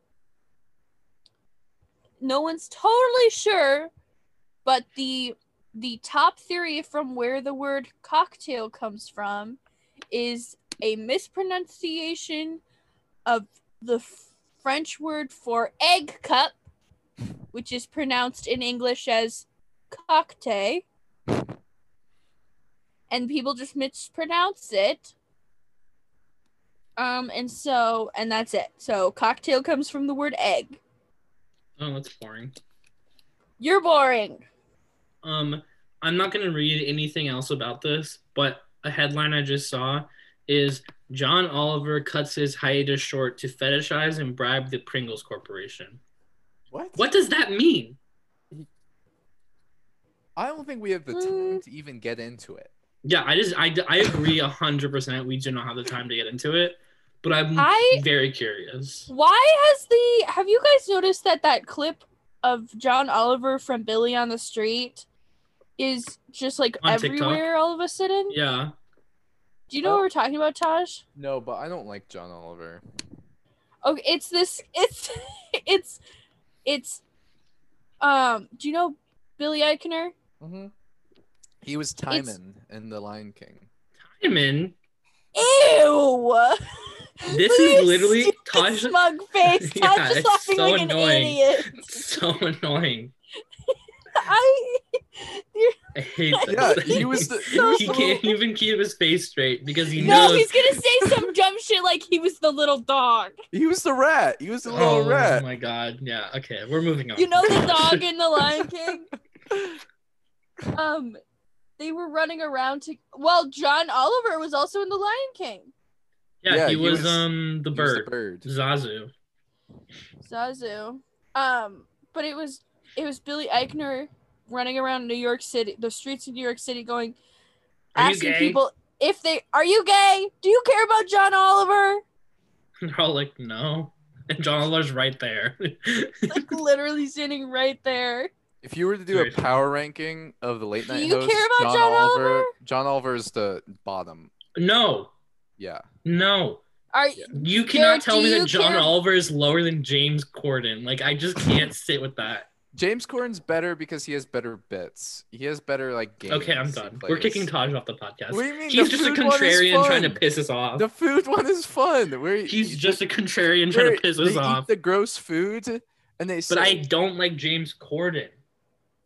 [SPEAKER 3] no one's totally sure but the the top theory from where the word cocktail comes from is a mispronunciation of the f- french word for egg cup which is pronounced in english as cocktail and people just mispronounce it um, and so, and that's it. So, cocktail comes from the word egg.
[SPEAKER 1] Oh, that's boring.
[SPEAKER 3] You're boring.
[SPEAKER 1] Um, I'm not gonna read anything else about this, but a headline I just saw is John Oliver cuts his hiatus short to fetishize and bribe the Pringles Corporation. What does that mean?
[SPEAKER 2] I don't think we have the time
[SPEAKER 3] Mm.
[SPEAKER 2] to even get into it.
[SPEAKER 1] Yeah, I just I, I agree hundred percent. We do not have the time to get into it, but I'm
[SPEAKER 3] I-
[SPEAKER 1] very curious.
[SPEAKER 3] Why has the have you guys noticed that that clip of John Oliver from Billy on the Street is just like
[SPEAKER 1] On TikTok?
[SPEAKER 3] everywhere all of a sudden?
[SPEAKER 1] Yeah. Oh.
[SPEAKER 3] Do you know what we're talking about, Taj?
[SPEAKER 2] No, but I don't like John Oliver.
[SPEAKER 3] Okay, it's this it's it's it's um do you know Billy Eichner?
[SPEAKER 2] Mm-hmm. He was Timon in The Lion King.
[SPEAKER 1] Timon,
[SPEAKER 3] Ew!
[SPEAKER 1] This
[SPEAKER 3] Look
[SPEAKER 1] is
[SPEAKER 3] at your
[SPEAKER 1] literally
[SPEAKER 3] stupid
[SPEAKER 1] Taj-
[SPEAKER 3] smug face. Taj
[SPEAKER 1] Yeah,
[SPEAKER 3] just
[SPEAKER 1] it's
[SPEAKER 3] laughing
[SPEAKER 1] so
[SPEAKER 3] like
[SPEAKER 1] annoying.
[SPEAKER 3] an idiot.
[SPEAKER 1] so annoying.
[SPEAKER 3] I
[SPEAKER 1] I hate that.
[SPEAKER 2] Yeah, he was the. He,
[SPEAKER 3] So
[SPEAKER 2] was
[SPEAKER 1] He
[SPEAKER 2] the
[SPEAKER 1] can't
[SPEAKER 2] little-
[SPEAKER 1] even keep his face straight because he
[SPEAKER 3] no,
[SPEAKER 1] knows.
[SPEAKER 3] he's gonna say some dumb shit like he was the little dog.
[SPEAKER 2] he was the rat. He was the little
[SPEAKER 1] Oh
[SPEAKER 2] rat.
[SPEAKER 1] my god! Yeah. Okay, we're moving on.
[SPEAKER 3] You know the dog in the Lion King. Um, they were running around to. Well, John Oliver was also in the Lion King.
[SPEAKER 1] yeah,
[SPEAKER 2] Yeah,
[SPEAKER 1] he,
[SPEAKER 2] he
[SPEAKER 1] was,
[SPEAKER 2] was-
[SPEAKER 1] um the
[SPEAKER 2] He was the
[SPEAKER 1] bird,
[SPEAKER 2] bird.
[SPEAKER 1] Zazu.
[SPEAKER 3] Zazu. Um, but it was it was Billy Eichner running around New York City, the streets of New York City, going
[SPEAKER 1] Are you
[SPEAKER 3] asking
[SPEAKER 1] gay?
[SPEAKER 3] people if they are you gay? Do you care about John Oliver?
[SPEAKER 1] They're all like, no. And John Oliver's right there.
[SPEAKER 3] Like literally sitting right there.
[SPEAKER 2] If you were to do a
[SPEAKER 1] Seriously.
[SPEAKER 2] power ranking of the late
[SPEAKER 3] Do
[SPEAKER 2] night
[SPEAKER 3] you
[SPEAKER 2] hosts,
[SPEAKER 3] care about
[SPEAKER 2] John,
[SPEAKER 3] John
[SPEAKER 2] Oliver,
[SPEAKER 3] Oliver?
[SPEAKER 2] John Oliver is the bottom.
[SPEAKER 1] no,
[SPEAKER 2] Yeah.
[SPEAKER 1] no.
[SPEAKER 3] Are
[SPEAKER 1] You cannot
[SPEAKER 3] Derek,
[SPEAKER 1] tell
[SPEAKER 3] do
[SPEAKER 1] me
[SPEAKER 3] you
[SPEAKER 1] that John
[SPEAKER 3] care-
[SPEAKER 1] Oliver is lower than James Corden. Like, I just can't sit with that.
[SPEAKER 2] James Corden's better because he has better bits. He has better like games.
[SPEAKER 1] Okay, I'm
[SPEAKER 2] he
[SPEAKER 1] done. We're
[SPEAKER 2] plays.
[SPEAKER 1] kicking Taj off the podcast.
[SPEAKER 2] What do you mean?
[SPEAKER 1] He's
[SPEAKER 2] The
[SPEAKER 1] just a
[SPEAKER 2] food one is
[SPEAKER 1] contrarian trying to
[SPEAKER 2] fun.
[SPEAKER 1] piss us off.
[SPEAKER 2] The food one is fun. We're,
[SPEAKER 1] He's just a contrarian trying to
[SPEAKER 2] we're-
[SPEAKER 1] piss
[SPEAKER 2] they
[SPEAKER 1] us
[SPEAKER 2] eat
[SPEAKER 1] off.
[SPEAKER 2] the gross food, and they.
[SPEAKER 1] But I
[SPEAKER 2] say-
[SPEAKER 1] don't like James Corden.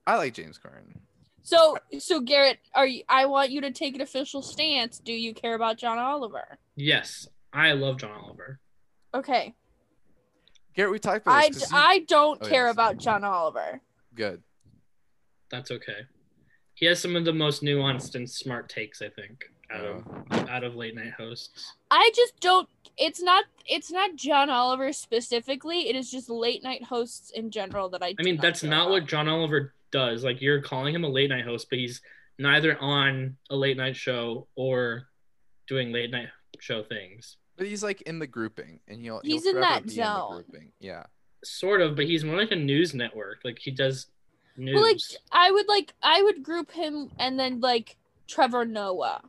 [SPEAKER 2] I like James Corden.
[SPEAKER 3] so so Garrett, are you, I want you to take an official stance. Do you care about John Oliver?
[SPEAKER 1] Yes, I love John Oliver.
[SPEAKER 3] Okay.
[SPEAKER 2] Garrett, we talked about
[SPEAKER 3] I,
[SPEAKER 2] this. 'cause you-
[SPEAKER 3] I don't
[SPEAKER 2] Oh,
[SPEAKER 3] care
[SPEAKER 2] yes.
[SPEAKER 3] about John Oliver.
[SPEAKER 2] good.
[SPEAKER 1] That's okay. He has some of the most nuanced and smart takes, I think, out
[SPEAKER 2] Uh,
[SPEAKER 1] of out of late night hosts.
[SPEAKER 3] I just don't. It's not. It's not John Oliver specifically. It is just late night hosts in general that I.
[SPEAKER 1] I
[SPEAKER 3] do
[SPEAKER 1] mean, that's
[SPEAKER 3] care
[SPEAKER 1] not
[SPEAKER 3] about.
[SPEAKER 1] what John Oliver does. Like you're calling him a late night host, but he's neither on a late night show or doing late night show things.
[SPEAKER 2] but he's like in the grouping, and he'll
[SPEAKER 3] He's
[SPEAKER 2] he'll
[SPEAKER 3] in
[SPEAKER 2] forever
[SPEAKER 3] that
[SPEAKER 2] be
[SPEAKER 3] zone.
[SPEAKER 2] In the grouping. Yeah.
[SPEAKER 1] Sort of, but he's more like a news network. Like he does news.
[SPEAKER 3] Well, like I would like I would group him and then like Trevor Noah.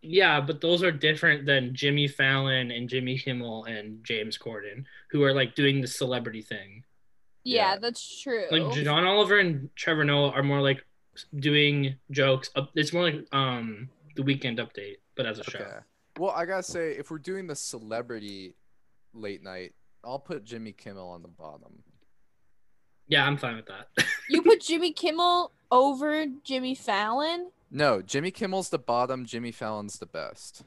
[SPEAKER 1] yeah, but those are different than Jimmy Fallon and Jimmy Kimmel and James Corden, who are like doing the celebrity thing.
[SPEAKER 3] Yeah,
[SPEAKER 2] Yeah.
[SPEAKER 3] that's true.
[SPEAKER 1] Like John Oliver and Trevor Noah are more like doing jokes. Up, it's more like um the Weekend Update, but as a
[SPEAKER 2] Okay.
[SPEAKER 1] show.
[SPEAKER 2] Well, I gotta say, if we're doing the celebrity late night, I'll put Jimmy Kimmel on the bottom.
[SPEAKER 1] Yeah, I'm fine with that.
[SPEAKER 3] you put Jimmy Kimmel over Jimmy Fallon.
[SPEAKER 2] No, Jimmy Kimmel's the bottom. Jimmy Fallon's the best.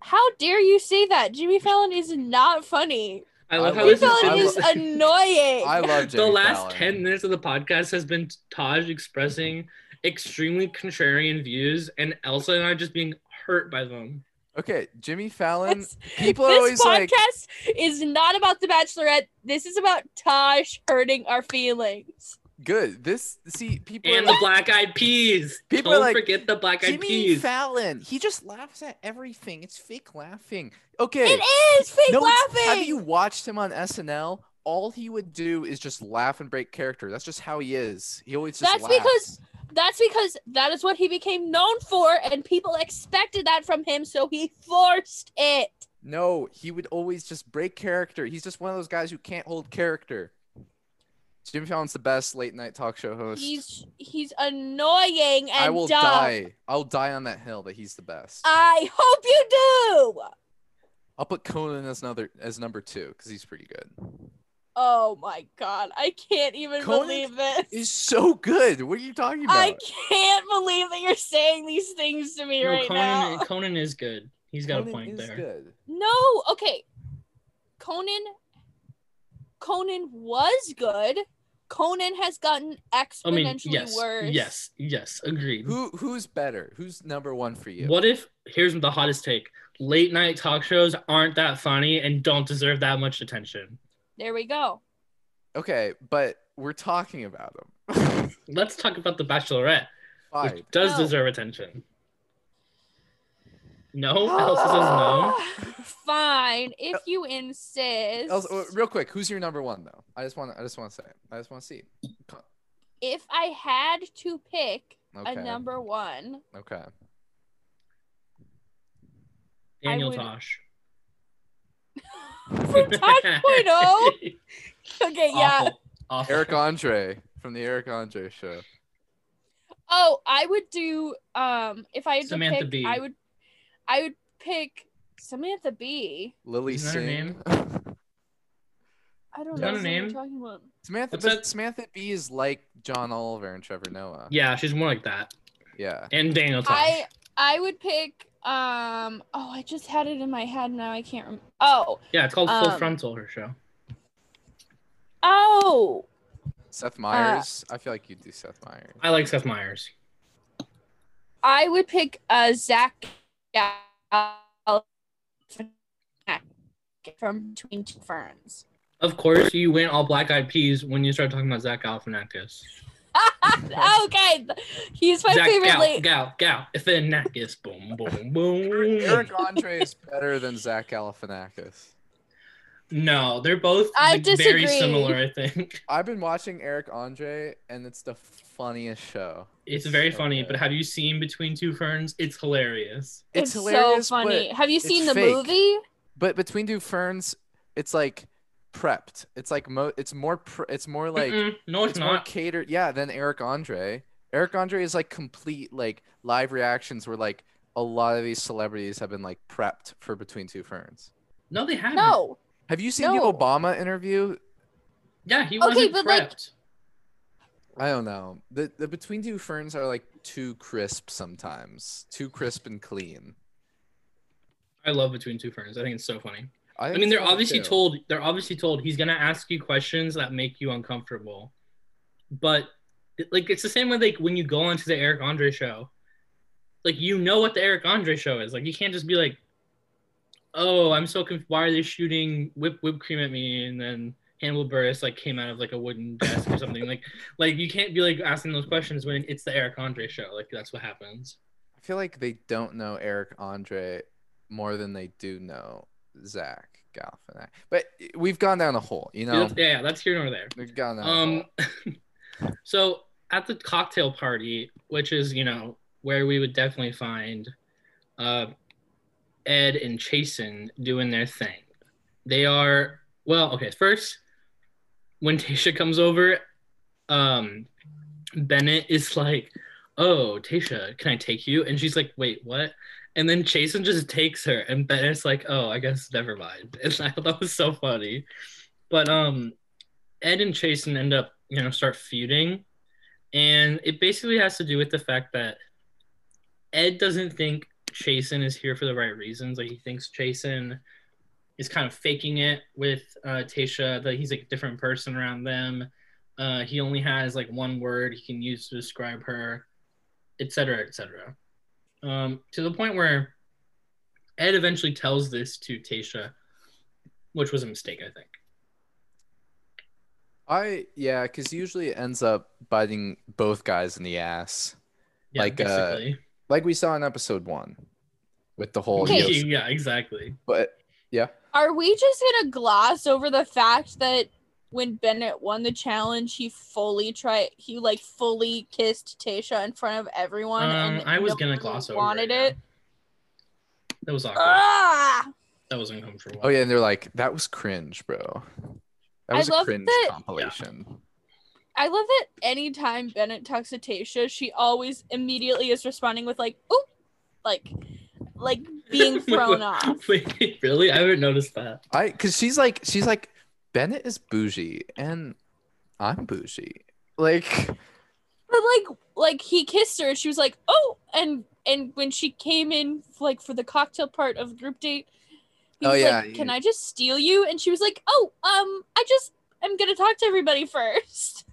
[SPEAKER 3] How dare you say that? Jimmy Fallon is not funny.
[SPEAKER 1] I love
[SPEAKER 2] I
[SPEAKER 1] how
[SPEAKER 2] love
[SPEAKER 3] Jimmy
[SPEAKER 1] this
[SPEAKER 2] Jimmy
[SPEAKER 3] Fallon
[SPEAKER 1] is.
[SPEAKER 3] is annoying.
[SPEAKER 2] I love Jimmy
[SPEAKER 1] the last
[SPEAKER 2] Fallon.
[SPEAKER 1] 10 minutes of the podcast has been Taj expressing
[SPEAKER 2] Mm-hmm.
[SPEAKER 1] extremely contrarian views and Elsa and I just being hurt by them.
[SPEAKER 2] Okay, Jimmy Fallon.
[SPEAKER 3] This-
[SPEAKER 2] People are
[SPEAKER 3] this
[SPEAKER 2] always like,
[SPEAKER 3] podcast is not about The Bachelorette. This is about Taj hurting our feelings.
[SPEAKER 2] good. This see people
[SPEAKER 1] And
[SPEAKER 2] are
[SPEAKER 1] the
[SPEAKER 2] like,
[SPEAKER 1] black eyed peas.
[SPEAKER 2] People are
[SPEAKER 1] Don't
[SPEAKER 2] like,
[SPEAKER 1] forget the black eyed
[SPEAKER 2] Jimmy
[SPEAKER 1] peas.
[SPEAKER 2] Fallon. He just laughs at everything. It's fake laughing. Okay.
[SPEAKER 3] It is fake
[SPEAKER 2] no, it's-
[SPEAKER 3] laughing.
[SPEAKER 2] Have you watched him on SNL? All he would do is just laugh and break character. That's just how he is. He always just
[SPEAKER 3] That's
[SPEAKER 2] laughs.
[SPEAKER 3] because- That's because that is what he became known for, and people expected that from him, so he forced it.
[SPEAKER 2] No, he would always just break character. He's just one of those guys who can't hold character. Jimmy Fallon's the best late night talk show host.
[SPEAKER 3] He's he's annoying and
[SPEAKER 2] I will
[SPEAKER 3] dumb. Uh,
[SPEAKER 2] die. I'll die on that hill that he's the best.
[SPEAKER 3] I hope you do.
[SPEAKER 2] I'll put Conan as another as number two because he's pretty good.
[SPEAKER 3] Oh my god, I can't even
[SPEAKER 2] Conan
[SPEAKER 3] believe this.
[SPEAKER 2] He's so good. What are you talking about?
[SPEAKER 3] I can't believe that you're saying these things to me
[SPEAKER 1] No,
[SPEAKER 3] right
[SPEAKER 1] Conan,
[SPEAKER 3] now.
[SPEAKER 1] Conan is good. He's got
[SPEAKER 2] Conan
[SPEAKER 1] a point
[SPEAKER 2] is
[SPEAKER 1] there.
[SPEAKER 2] good.
[SPEAKER 3] No, okay. Conan Conan was good. Conan has gotten
[SPEAKER 1] I mean,
[SPEAKER 3] exponentially
[SPEAKER 1] yes,
[SPEAKER 3] worse.
[SPEAKER 1] yes, yes, agreed.
[SPEAKER 2] Who who's better? Who's number one for you?
[SPEAKER 1] What if here's the hottest take? Late night talk shows aren't that funny and don't deserve that much attention.
[SPEAKER 3] There we go.
[SPEAKER 2] Okay, but we're talking about him.
[SPEAKER 1] Let's talk about The Bachelorette,
[SPEAKER 2] Fine.
[SPEAKER 1] which does
[SPEAKER 3] No.
[SPEAKER 1] deserve attention. No, Elsa says no.
[SPEAKER 3] Fine, if you insist.
[SPEAKER 2] Elsa, uh, real quick, who's your number one though? I just want I just want to say it. I just want to see. it.
[SPEAKER 3] If I had to pick
[SPEAKER 2] Okay.
[SPEAKER 3] a number one,
[SPEAKER 2] Okay.
[SPEAKER 3] I
[SPEAKER 1] Daniel
[SPEAKER 3] would-
[SPEAKER 1] Tosh.
[SPEAKER 3] from
[SPEAKER 2] oh.
[SPEAKER 3] Tosh.0. Okay, yeah.
[SPEAKER 1] Awful. Awful.
[SPEAKER 2] Eric Andre from the Eric Andre show.
[SPEAKER 3] Oh, I would do um if I had
[SPEAKER 1] Samantha
[SPEAKER 3] to pick,
[SPEAKER 1] Bee.
[SPEAKER 3] I would I would pick Samantha B.
[SPEAKER 2] Lily
[SPEAKER 1] Isn't that her
[SPEAKER 2] Singh.
[SPEAKER 3] I don't
[SPEAKER 1] Is
[SPEAKER 3] know
[SPEAKER 1] that her
[SPEAKER 3] who you're
[SPEAKER 1] name?
[SPEAKER 3] talking about.
[SPEAKER 2] Samantha
[SPEAKER 1] What's
[SPEAKER 2] but
[SPEAKER 1] that?
[SPEAKER 2] Samantha B is like John Oliver and Trevor Noah.
[SPEAKER 1] Yeah, she's more like that.
[SPEAKER 2] Yeah.
[SPEAKER 1] And Daniel Tosh.
[SPEAKER 3] I I would pick um oh I just had it in my head now I can't remember. Oh
[SPEAKER 1] yeah, it's called Full
[SPEAKER 3] um,
[SPEAKER 1] Frontal, her show.
[SPEAKER 3] oh
[SPEAKER 2] Seth Meyers. I feel like you'd do Seth Meyers.
[SPEAKER 1] I like Seth Meyers.
[SPEAKER 3] I would pick uh Zach Galifianakis from Between Two Ferns.
[SPEAKER 1] Of course, you went all black eyed peas when you started talking about Zach Galifianakis.
[SPEAKER 3] okay, he's my
[SPEAKER 1] Zach
[SPEAKER 3] favorite.
[SPEAKER 1] Gal,
[SPEAKER 3] late-
[SPEAKER 1] Gal, Gal, Galifianakis. Boom, boom, boom.
[SPEAKER 2] Eric Andre is better than Zach Galifianakis.
[SPEAKER 1] No, they're both
[SPEAKER 3] I
[SPEAKER 1] like, very
[SPEAKER 3] disagree.
[SPEAKER 1] similar, I think.
[SPEAKER 2] I've been watching Eric Andre, and it's the funniest show.
[SPEAKER 1] It's very
[SPEAKER 2] so
[SPEAKER 1] funny,
[SPEAKER 2] good.
[SPEAKER 1] but have you seen Between Two Ferns? It's hilarious.
[SPEAKER 2] it's,
[SPEAKER 3] It's,
[SPEAKER 2] hilarious.
[SPEAKER 3] so funny.
[SPEAKER 2] But,
[SPEAKER 3] Have you
[SPEAKER 2] it's
[SPEAKER 3] seen the
[SPEAKER 2] fake.
[SPEAKER 3] movie?
[SPEAKER 2] but between two ferns, it's like prepped. It's like mo. It's more. Pre- it's more like
[SPEAKER 1] Mm-mm. no, it's,
[SPEAKER 2] it's more
[SPEAKER 1] not.
[SPEAKER 2] catered. Yeah, than Eric Andre. Eric Andre is like complete like live reactions where like a lot of these celebrities have been like prepped for Between Two Ferns.
[SPEAKER 1] No, they haven't.
[SPEAKER 3] No.
[SPEAKER 2] Have you seen
[SPEAKER 3] No.
[SPEAKER 2] the Obama interview?
[SPEAKER 1] Yeah, he
[SPEAKER 3] Okay,
[SPEAKER 1] wasn't
[SPEAKER 3] but,
[SPEAKER 1] prepped.
[SPEAKER 3] like-
[SPEAKER 2] I don't know. The the Between Two Ferns are like too crisp sometimes, too crisp and clean.
[SPEAKER 1] I love Between Two Ferns. I think it's so funny. I
[SPEAKER 2] think
[SPEAKER 1] mean,
[SPEAKER 2] it's
[SPEAKER 1] they're
[SPEAKER 2] funny,
[SPEAKER 1] obviously
[SPEAKER 2] too.
[SPEAKER 1] told. They're obviously told he's gonna ask you questions that make you uncomfortable, but like it's the same way like when you go onto the Eric Andre show, like you know what the Eric Andre show is. Like you can't just be like, "Oh, I'm so confused. Why are they shooting whip whipped cream at me?" And then Hannibal Burris like came out of like a wooden desk or something. Like like you can't be like asking those questions when it's the Eric Andre show. Like that's what happens.
[SPEAKER 2] I feel like they don't know Eric Andre more than they do know Zach Galifianakis. But we've gone down a hole, you know.
[SPEAKER 1] That's- yeah, that's here nor there.
[SPEAKER 2] We've gone down. a
[SPEAKER 1] Um,
[SPEAKER 2] hole.
[SPEAKER 1] so at the cocktail party, which is you know where we would definitely find uh, Ed and Chasen doing their thing. They are well. Okay, first when Tasha comes over, um, Bennett is like, "Oh, Tasha, can I take you?" And she's like, "Wait, what?" And then Chasen just takes her, and Bennett's like, "Oh, I guess never mind." And I thought that was so funny. But um, Ed and Chasen end up, you know, start feuding. And it basically has to do with the fact that Ed doesn't think Chasen is here for the right reasons. Like he thinks Chasen is kind of faking it with uh, Tasha, that he's like a different person around them. Uh, he only has like one word he can use to describe her, et cetera, et cetera. Um, to the point where Ed eventually tells this to Tasha, which was a mistake, I think.
[SPEAKER 2] I yeah, because usually it ends up biting both guys in the ass, Like, uh, like we saw in episode one, with the whole.
[SPEAKER 3] Okay.
[SPEAKER 2] Yost-
[SPEAKER 1] yeah, exactly.
[SPEAKER 2] But yeah,
[SPEAKER 3] Are we just gonna gloss over the fact that when Bennett won the challenge, he fully tried, he like fully kissed Tasha in front of everyone?
[SPEAKER 1] Um,
[SPEAKER 3] and
[SPEAKER 1] I was
[SPEAKER 3] no
[SPEAKER 1] gonna
[SPEAKER 3] one
[SPEAKER 1] gloss over
[SPEAKER 3] Wanted
[SPEAKER 1] it.
[SPEAKER 3] it.
[SPEAKER 1] That was awkward.
[SPEAKER 3] Ah!
[SPEAKER 1] that was uncomfortable.
[SPEAKER 2] oh yeah, and they're like, that was cringe, bro. That
[SPEAKER 3] I
[SPEAKER 2] was a
[SPEAKER 3] love
[SPEAKER 2] cringe
[SPEAKER 3] that-
[SPEAKER 2] compilation.
[SPEAKER 3] I love that anytime Bennett talks to Tasha, she always immediately is responding with like, "Oop," like, like being thrown off.
[SPEAKER 1] Wait, really? I haven't noticed that.
[SPEAKER 2] I because she's like she's like Bennett is bougie and I'm bougie. Like
[SPEAKER 3] But like, like he kissed her, and she was like, "Oh," and and when she came in like for the cocktail part of the group date, he
[SPEAKER 2] Oh,
[SPEAKER 3] was
[SPEAKER 2] yeah,
[SPEAKER 3] like,
[SPEAKER 2] you-
[SPEAKER 3] "Can I just steal you?" And she was like, "Oh, um, I just I'm gonna talk to everybody first.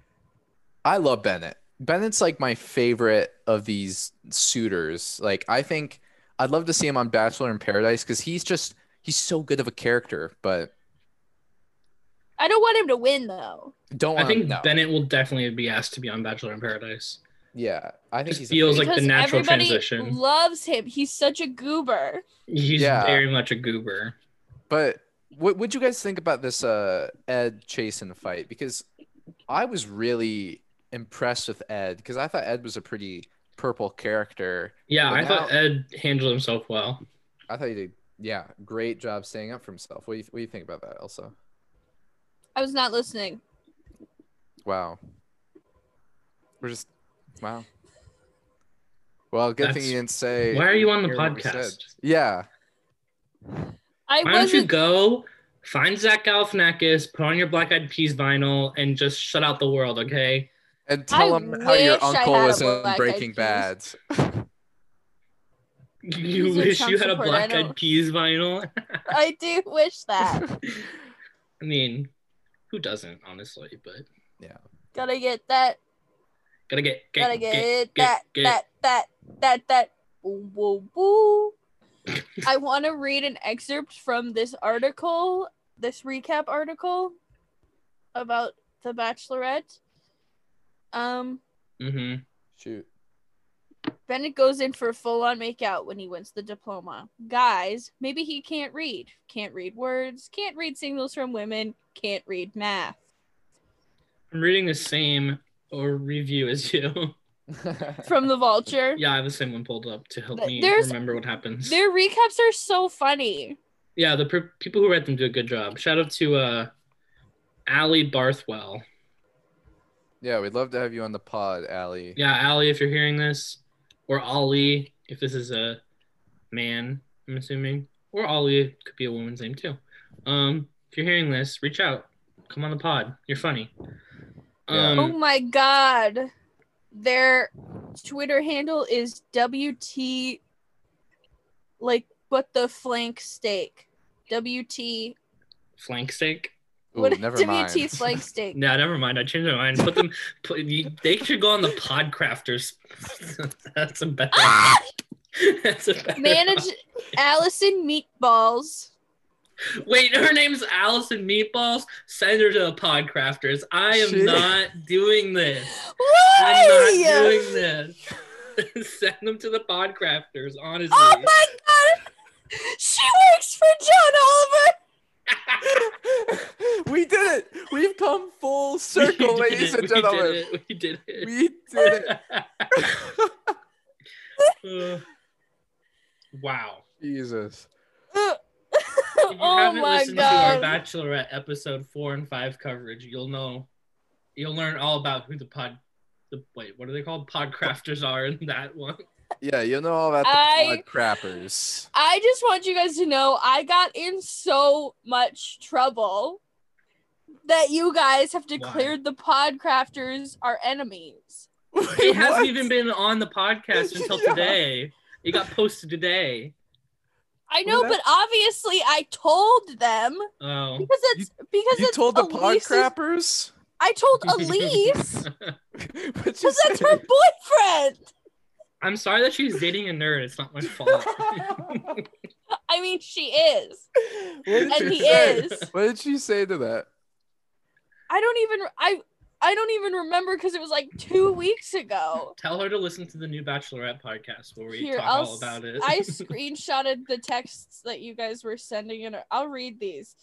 [SPEAKER 2] I love Bennett. Bennett's like my favorite of these suitors. Like I think I'd love to see him on Bachelor in Paradise because he's just he's so good of a character, but
[SPEAKER 3] I don't want him to win though.
[SPEAKER 2] don't
[SPEAKER 1] I
[SPEAKER 2] want
[SPEAKER 1] think
[SPEAKER 2] to know.
[SPEAKER 1] Bennett will definitely be asked to be on Bachelor in Paradise.
[SPEAKER 2] Yeah, I think
[SPEAKER 1] Just
[SPEAKER 2] he's
[SPEAKER 1] feels
[SPEAKER 2] a
[SPEAKER 1] like
[SPEAKER 2] fake.
[SPEAKER 1] the
[SPEAKER 3] Because
[SPEAKER 1] natural
[SPEAKER 3] everybody
[SPEAKER 1] transition.
[SPEAKER 3] loves him. He's such a goober.
[SPEAKER 1] He's
[SPEAKER 2] Yeah.
[SPEAKER 1] very much a goober.
[SPEAKER 2] But what would you guys think about this uh, Ed Chasen fight? Because I was really impressed with Ed because I thought Ed was a pretty purple character.
[SPEAKER 1] Yeah,
[SPEAKER 2] But
[SPEAKER 1] I thought
[SPEAKER 2] now-
[SPEAKER 1] Ed handled himself well.
[SPEAKER 2] I thought he did, yeah, great job standing up for himself. What do you, what do you think about that, Elsa?
[SPEAKER 3] I was not listening.
[SPEAKER 2] Wow. We're just, wow. Well, good
[SPEAKER 1] That's-
[SPEAKER 2] thing you didn't say.
[SPEAKER 1] Why are you on the
[SPEAKER 2] hear what we said.
[SPEAKER 1] podcast?
[SPEAKER 2] Yeah,
[SPEAKER 1] Why
[SPEAKER 3] I
[SPEAKER 1] don't you
[SPEAKER 3] wasn't.
[SPEAKER 1] go find Zach Galifianakis, put on your Black Eyed Peas vinyl, and just shut out the world, okay?
[SPEAKER 2] and tell
[SPEAKER 3] I
[SPEAKER 2] him how your
[SPEAKER 3] wish I
[SPEAKER 2] uncle
[SPEAKER 3] had a
[SPEAKER 2] was in
[SPEAKER 3] black-eyed
[SPEAKER 2] Breaking
[SPEAKER 3] peas.
[SPEAKER 2] Bad.
[SPEAKER 1] You
[SPEAKER 3] He's a
[SPEAKER 1] wish
[SPEAKER 3] Trump
[SPEAKER 1] you had a
[SPEAKER 3] supporter, I
[SPEAKER 1] Black Eyed
[SPEAKER 3] don't-
[SPEAKER 1] Peas vinyl.
[SPEAKER 3] I do wish that.
[SPEAKER 1] I mean, who doesn't, honestly? But
[SPEAKER 3] Gotta get that.
[SPEAKER 1] gotta get, get
[SPEAKER 3] Gotta get,
[SPEAKER 1] get-
[SPEAKER 3] that,
[SPEAKER 1] get.
[SPEAKER 3] that. That. That. That. Boo, boo, boo. I want to read an excerpt from this article, this recap article about The Bachelorette. Um,
[SPEAKER 1] hmm
[SPEAKER 2] Shoot.
[SPEAKER 3] Bennett goes in for a full on makeout when he wins the diploma. Guys, maybe he can't read. Can't read words. Can't read signals from women. Can't read math.
[SPEAKER 1] I'm reading the same or review as you.
[SPEAKER 3] From the vulture.
[SPEAKER 1] yeah, I have the same one pulled up to help
[SPEAKER 3] Th-
[SPEAKER 1] me
[SPEAKER 3] there's-
[SPEAKER 1] remember what happens.
[SPEAKER 3] Their recaps are so funny.
[SPEAKER 1] Yeah, the per- people who read them do a good job. Shout out to uh, Allie Barthwell.
[SPEAKER 2] yeah, we'd love to have you on the pod, Allie.
[SPEAKER 1] Yeah, Allie, if you're hearing this, or Ollie, if this is a man, I'm assuming, or Ollie could be a woman's name too. Um, if you're hearing this, reach out. Come on the pod. You're funny.
[SPEAKER 2] Yeah.
[SPEAKER 1] Um,
[SPEAKER 3] oh my god. Their Twitter handle is WT like what the flank steak. WT
[SPEAKER 1] flank steak.
[SPEAKER 2] Ooh,
[SPEAKER 3] what
[SPEAKER 2] never
[SPEAKER 3] WT
[SPEAKER 2] mind.
[SPEAKER 3] flank steak.
[SPEAKER 1] Nah, never mind. I changed my mind. Put them. put, you- they should go on the podcrafters. That's a better.
[SPEAKER 2] Ah!
[SPEAKER 1] That's a better.
[SPEAKER 3] Manage Allison Meatballs.
[SPEAKER 1] Wait, her name's Allison Meatballs. Send her to the podcrafters. I am
[SPEAKER 2] Shit.
[SPEAKER 1] not doing this. I'm not
[SPEAKER 3] Why?
[SPEAKER 1] doing this. Send them to the podcrafters, honestly.
[SPEAKER 3] Oh my god! She works for John Oliver!
[SPEAKER 2] we did it. We've come full
[SPEAKER 1] We did
[SPEAKER 2] circle, ladies
[SPEAKER 1] it,
[SPEAKER 2] and gentlemen.
[SPEAKER 1] We did it. We did
[SPEAKER 2] We did it.
[SPEAKER 1] it. Uh, wow.
[SPEAKER 2] Jesus.
[SPEAKER 3] Uh,
[SPEAKER 1] If you
[SPEAKER 3] oh
[SPEAKER 1] haven't
[SPEAKER 3] my
[SPEAKER 1] listened
[SPEAKER 3] god.
[SPEAKER 1] to our Bachelorette episode four and five coverage, you'll know, you'll learn all about who the pod, the wait, what are they called? Podcrafters are in that one.
[SPEAKER 2] Yeah, you know all about the
[SPEAKER 3] I-
[SPEAKER 2] pod crappers.
[SPEAKER 3] I just want you guys to know I got in so much trouble that you guys have declared the podcrafters our enemies.
[SPEAKER 1] It
[SPEAKER 2] Wait,
[SPEAKER 1] hasn't
[SPEAKER 2] what?
[SPEAKER 1] even been on the podcast until
[SPEAKER 2] Yeah.
[SPEAKER 1] today. It got posted today.
[SPEAKER 3] I know,
[SPEAKER 2] Well,
[SPEAKER 3] but obviously I told them
[SPEAKER 1] Oh.
[SPEAKER 3] because it's because
[SPEAKER 2] You
[SPEAKER 3] it's
[SPEAKER 2] told the pod
[SPEAKER 3] Elise's,
[SPEAKER 2] crappers?
[SPEAKER 3] I told Elise
[SPEAKER 2] What'd you
[SPEAKER 3] because that's
[SPEAKER 2] say?
[SPEAKER 3] her boyfriend.
[SPEAKER 1] I'm sorry that she's dating a nerd. It's not my fault.
[SPEAKER 3] I mean, she is,
[SPEAKER 2] What did
[SPEAKER 3] and
[SPEAKER 2] you
[SPEAKER 3] he
[SPEAKER 2] say?
[SPEAKER 3] is.
[SPEAKER 2] What did she say to that?
[SPEAKER 3] I don't even I I don't even remember because it was like two weeks ago.
[SPEAKER 1] Tell her to listen to the new Bachelorette podcast where we
[SPEAKER 3] Here,
[SPEAKER 1] talk
[SPEAKER 3] I'll,
[SPEAKER 1] all about it.
[SPEAKER 3] I screenshotted the texts that you guys were sending, and I'll read these.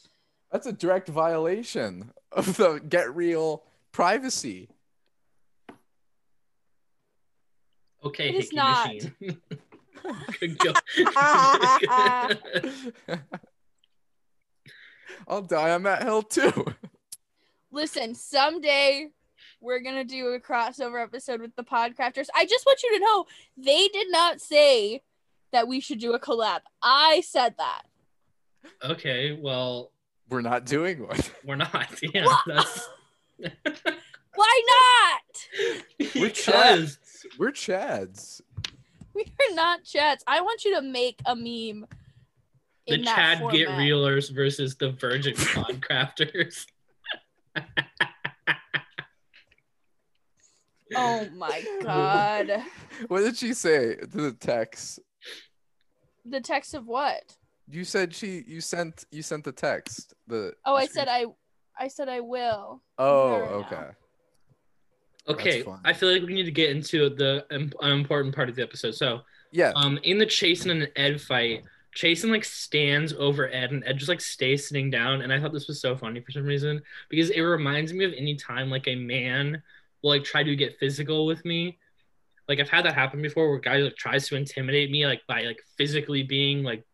[SPEAKER 2] That's a direct violation of the get real privacy.
[SPEAKER 1] okay,
[SPEAKER 3] It is
[SPEAKER 1] Hickey
[SPEAKER 3] not.
[SPEAKER 1] Machine. Good go.
[SPEAKER 2] I'll die on that hill too.
[SPEAKER 3] Listen, someday we're gonna do a crossover episode with the Podcrafters. I just want you to know they did not say that we should do a collab. I said that.
[SPEAKER 1] okay, well,
[SPEAKER 2] We're not doing one.
[SPEAKER 1] we're not. Yeah,
[SPEAKER 3] What?
[SPEAKER 1] that's
[SPEAKER 3] Why not?
[SPEAKER 2] We're
[SPEAKER 1] because
[SPEAKER 2] We're Chads.
[SPEAKER 3] We are not chats. I want you to make a meme.
[SPEAKER 1] the
[SPEAKER 3] in that
[SPEAKER 1] Chad Get
[SPEAKER 3] format.
[SPEAKER 1] Realers versus the Virgin Podcrafters.
[SPEAKER 3] Oh my god.
[SPEAKER 2] What did she say to the text?
[SPEAKER 3] the text of what?
[SPEAKER 2] You said she. You sent. You sent the text. The.
[SPEAKER 3] Oh, I said I I said I will.
[SPEAKER 2] Oh,
[SPEAKER 3] her now.
[SPEAKER 2] okay.
[SPEAKER 1] Okay,
[SPEAKER 2] fine.
[SPEAKER 1] I feel like we need to get into the im- important part of the episode. So,
[SPEAKER 2] Yeah.
[SPEAKER 1] um, in the Chasen and Ed fight, Chasen like stands over Ed, and Ed just like stays sitting down. And I thought this was so funny for some reason because it reminds me of any time like a man will like try to get physical with me. Like I've had that happen before, where a guy like tries to intimidate me, like by like physically being like,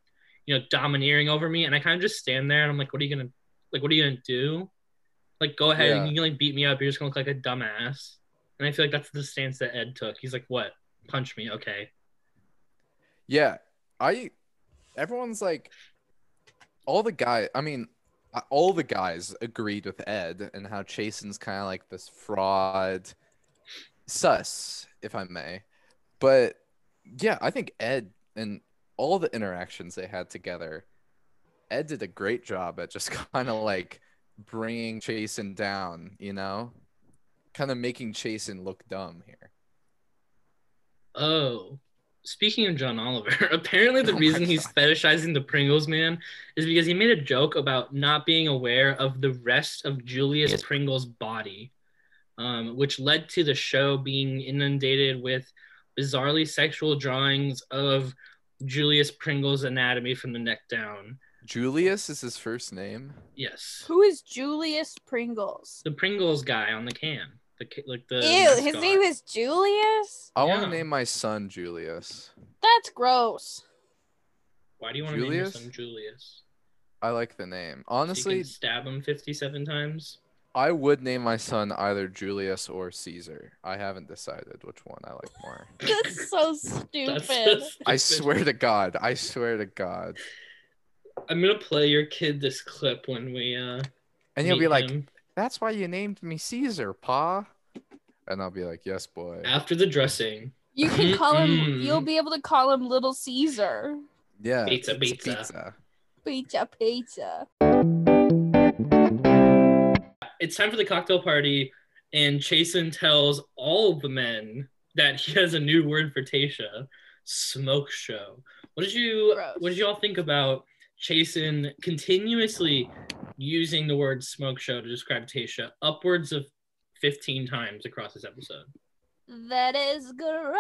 [SPEAKER 1] you know, domineering over me, and I kind of just stand there and I'm like, what are you gonna, like, what are you gonna do? Like, go ahead and
[SPEAKER 2] Yeah.
[SPEAKER 1] you can like beat me up. You're just gonna look like a dumbass. And I feel like that's the stance that Ed took. He's like, what? Punch me, okay?
[SPEAKER 2] Yeah, I. Everyone's like, all the guy. I mean, I- all the guys agreed with Ed and how Chasen's kind of like this fraud, sus, if I may. But yeah, I think Ed and all the interactions they had together, Ed did a great job at just kind of like bringing Chasen down. You know, kind of making Chasen look dumb here.
[SPEAKER 1] Oh, speaking of John Oliver, apparently the
[SPEAKER 2] Oh my
[SPEAKER 1] reason he's
[SPEAKER 2] God.
[SPEAKER 1] fetishizing the Pringles man is because he made a joke about not being aware of the rest of Julius
[SPEAKER 2] Yes.
[SPEAKER 1] Pringle's body, um, which led to the show being inundated with bizarrely sexual drawings of Julius Pringle's anatomy from the neck down.
[SPEAKER 2] Julius is his first name.
[SPEAKER 1] Yes,
[SPEAKER 3] Who is Julius Pringles?
[SPEAKER 1] the Pringles guy on the can. The, ki- like the
[SPEAKER 3] Ew, his
[SPEAKER 1] mascot.
[SPEAKER 3] name is Julius?
[SPEAKER 2] I want
[SPEAKER 1] Yeah.
[SPEAKER 2] to name my son Julius.
[SPEAKER 3] That's gross.
[SPEAKER 1] Why do you want to name your
[SPEAKER 2] Julius?
[SPEAKER 1] son Julius?
[SPEAKER 2] I like the name.
[SPEAKER 1] So you
[SPEAKER 2] Honestly,
[SPEAKER 1] can stab him fifty-seven times.
[SPEAKER 2] I would name my son either Julius or Caesar. I haven't decided which one I like more.
[SPEAKER 3] That's so
[SPEAKER 1] That's
[SPEAKER 3] stupid.
[SPEAKER 1] so
[SPEAKER 2] I
[SPEAKER 1] stupid.
[SPEAKER 2] swear to God. I swear to God.
[SPEAKER 1] I'm gonna play your kid this clip when we uh
[SPEAKER 2] And he'll
[SPEAKER 1] meet
[SPEAKER 2] be like,
[SPEAKER 1] him
[SPEAKER 2] That's why you named me Caesar, Pa. And I'll be like, Yes, boy.
[SPEAKER 1] after the dressing.
[SPEAKER 3] You can call him,
[SPEAKER 1] Mm-mm.
[SPEAKER 3] you'll be able to call him Little Caesar.
[SPEAKER 2] Yeah.
[SPEAKER 1] Pizza,
[SPEAKER 2] it's
[SPEAKER 1] pizza.
[SPEAKER 3] Pizza, pizza.
[SPEAKER 1] It's time for the cocktail party, and Chasen tells all of the men that he has a new word for Tasha, smoke show. What did you
[SPEAKER 3] Gross.
[SPEAKER 1] what did you all think about Chasen continuously using the word smoke show to describe Tasha upwards of 15 times across this episode?
[SPEAKER 3] That is gross.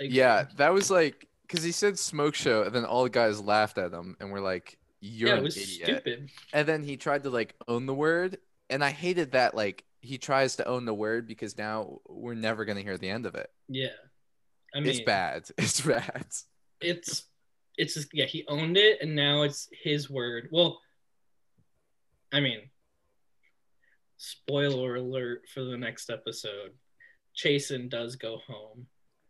[SPEAKER 1] Like,
[SPEAKER 2] Yeah. That was like, because he said smoke show, and then all the guys laughed at him and were like, You're
[SPEAKER 1] yeah,
[SPEAKER 2] an
[SPEAKER 1] it was
[SPEAKER 2] idiot.
[SPEAKER 1] stupid.
[SPEAKER 2] and then he tried to like own the word and i hated that like he tries to own the word because now we're never going to hear the end of it
[SPEAKER 1] Yeah. I mean
[SPEAKER 2] it's bad it's bad
[SPEAKER 1] it's it's just yeah he owned it and now it's his word well i mean spoiler alert for the next episode chasen does go home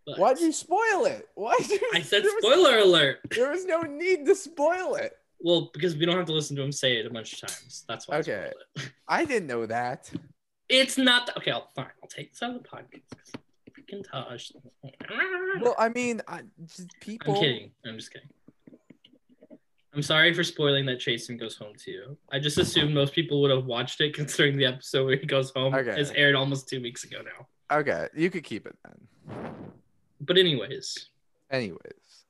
[SPEAKER 1] but
[SPEAKER 2] spoil it why did
[SPEAKER 1] i said spoiler alert
[SPEAKER 2] there was no need to spoil it
[SPEAKER 1] well because we don't have to listen to him say it a bunch of times that's why I
[SPEAKER 2] Okay.
[SPEAKER 1] spoiled it.
[SPEAKER 2] i didn't know that
[SPEAKER 1] it's not okay I'll, fine i'll take this out of the podcast 'cause freaking taj
[SPEAKER 2] well i mean I, just
[SPEAKER 1] i'm
[SPEAKER 2] people
[SPEAKER 1] kidding i'm just kidding I'm sorry for spoiling that Chasen goes home to you. I just assumed most people would have watched it considering the episode where he goes home
[SPEAKER 2] Okay.
[SPEAKER 1] has aired almost two weeks ago now.
[SPEAKER 2] okay you could keep it then
[SPEAKER 1] But anyways,
[SPEAKER 2] anyways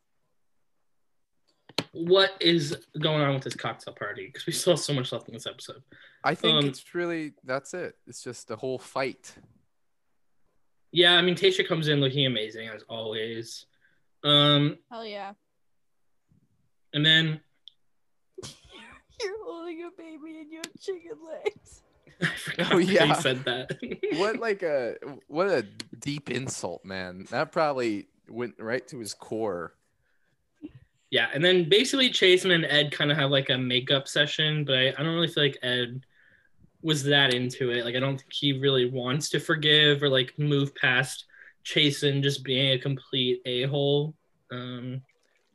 [SPEAKER 1] what is going on with this cocktail party? Because we still have so much left in this episode.
[SPEAKER 2] i think
[SPEAKER 1] Um,
[SPEAKER 2] it's really that's it it's just the whole fight
[SPEAKER 1] Yeah, I mean Tasha comes in looking amazing as always. Um,
[SPEAKER 3] Hell yeah.
[SPEAKER 1] and then
[SPEAKER 3] You're holding a baby in your chicken legs.
[SPEAKER 1] I forgot
[SPEAKER 2] Oh,
[SPEAKER 1] why
[SPEAKER 2] yeah.
[SPEAKER 1] he said that.
[SPEAKER 2] what like a what a deep insult man that probably went right to his core
[SPEAKER 1] Yeah, and then basically Chasen and Ed kind of have like a makeup session, but I, I don't really feel like Ed was that into it. Like I don't think he really wants to forgive or like move past Chasen just being a complete a hole. Um,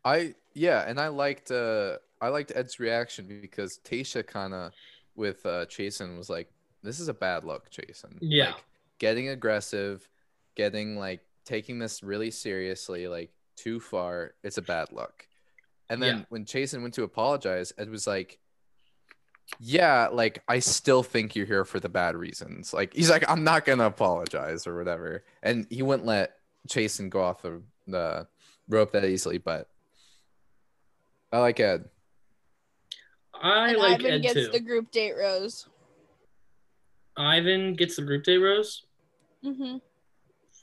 [SPEAKER 2] I yeah, and I liked uh I liked Ed's reaction because Tasha kind of with uh Chasen was like, "This is a bad look, Chasen."
[SPEAKER 1] Yeah.
[SPEAKER 2] Like, getting aggressive, getting like taking this really seriously, like too far. It's a bad look. And then
[SPEAKER 1] Yeah.
[SPEAKER 2] when Chasen went to apologize, Ed was like, "Yeah, like I still think you're here for the bad reasons." Like he's like, "I'm not gonna apologize or whatever," and he wouldn't let Chasen go off the, the rope that easily, but. I like Ed.
[SPEAKER 1] I
[SPEAKER 3] And
[SPEAKER 1] like
[SPEAKER 3] Ivan
[SPEAKER 1] Ed
[SPEAKER 3] gets
[SPEAKER 1] too.
[SPEAKER 3] the group date rose.
[SPEAKER 1] Ivan gets the group date rose.
[SPEAKER 3] Mm-hmm.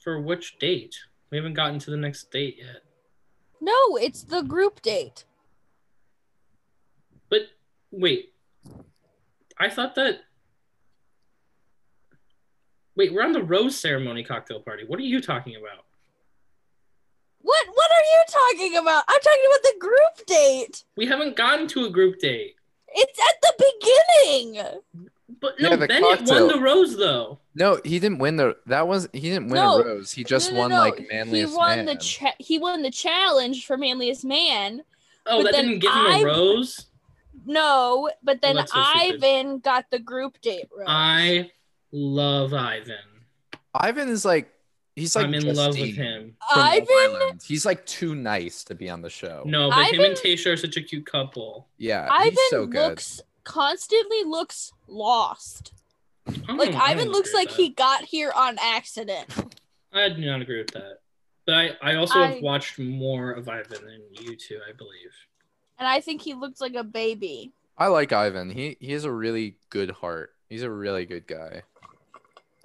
[SPEAKER 1] For which date? We haven't gotten to the next date yet.
[SPEAKER 3] No, it's the group date.
[SPEAKER 1] But wait, I thought that. Wait, we're on the rose ceremony cocktail party. What are you talking about?
[SPEAKER 3] What What are you talking about? I'm talking about the group date.
[SPEAKER 1] We haven't gotten to a group date.
[SPEAKER 3] It's at the beginning.
[SPEAKER 1] But no,
[SPEAKER 2] Yeah, the
[SPEAKER 1] Bennett
[SPEAKER 2] cocktail.
[SPEAKER 1] won the rose though.
[SPEAKER 2] No, he didn't win the. That was he didn't win
[SPEAKER 3] No.
[SPEAKER 2] a rose. He just
[SPEAKER 3] No, no,
[SPEAKER 2] won
[SPEAKER 3] no.
[SPEAKER 2] like manliest
[SPEAKER 3] He won
[SPEAKER 2] man.
[SPEAKER 3] the cha- he won the challenge for manliest man.
[SPEAKER 1] Oh,
[SPEAKER 3] But
[SPEAKER 1] that
[SPEAKER 3] then
[SPEAKER 1] didn't give him a
[SPEAKER 3] I-
[SPEAKER 1] rose.
[SPEAKER 3] No, but then
[SPEAKER 1] that's so stupid.
[SPEAKER 3] Ivan got the group date rose.
[SPEAKER 1] I love Ivan.
[SPEAKER 2] Ivan is like he's like
[SPEAKER 1] I'm in love with
[SPEAKER 2] Justine
[SPEAKER 1] him.
[SPEAKER 2] from Love
[SPEAKER 3] Ivan
[SPEAKER 2] Island. He's like too nice to be on the show.
[SPEAKER 1] No, but him
[SPEAKER 3] Ivan-
[SPEAKER 1] and Tasha are such a cute couple.
[SPEAKER 2] Yeah,
[SPEAKER 3] Ivan
[SPEAKER 2] he's so good.
[SPEAKER 3] looks constantly looks lost.
[SPEAKER 1] I don't-
[SPEAKER 3] Like
[SPEAKER 1] I don't
[SPEAKER 3] Ivan looks
[SPEAKER 1] agree
[SPEAKER 3] like
[SPEAKER 1] with
[SPEAKER 3] he got here on accident.
[SPEAKER 1] that. I do not agree with that. But I, I also
[SPEAKER 3] I-
[SPEAKER 1] have watched more of Ivan than you two, I believe.
[SPEAKER 3] And I think he looked like a baby.
[SPEAKER 2] I like Ivan. He he has a really good heart. He's a really good guy.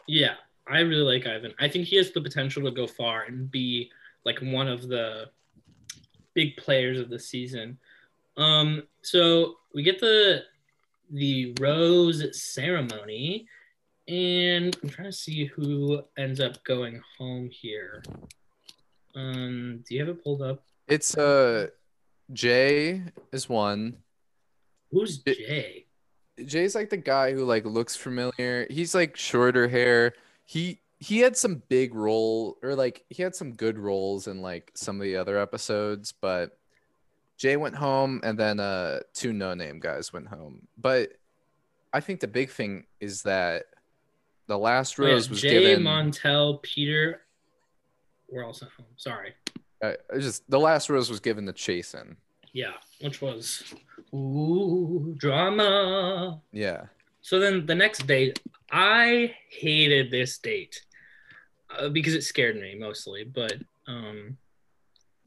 [SPEAKER 1] Yeah, I really like Ivan. I think he has the potential to go far and be like one of the big players of the season. Um, so we get the the rose ceremony, and I'm trying to see who ends up going home here. Um, do you have it pulled up?
[SPEAKER 2] It's uh Jay is one.
[SPEAKER 1] Who's
[SPEAKER 2] It-
[SPEAKER 1] Jay?
[SPEAKER 2] Jay's like the guy who like looks familiar. He's like shorter hair. He he had some big role or like he had some good roles in like some of the other episodes, but Jay went home and then uh two no name guys went home. But I think the big thing is that the last
[SPEAKER 1] Oh, yeah,
[SPEAKER 2] rose was
[SPEAKER 1] Jay
[SPEAKER 2] given
[SPEAKER 1] Montel Peter. We're also home. Sorry.
[SPEAKER 2] uh, it was just the last rose was given to Chasen.
[SPEAKER 1] Yeah, which was ooh drama.
[SPEAKER 2] Yeah.
[SPEAKER 1] So then the next date, I hated this date uh, because it scared me mostly. But um,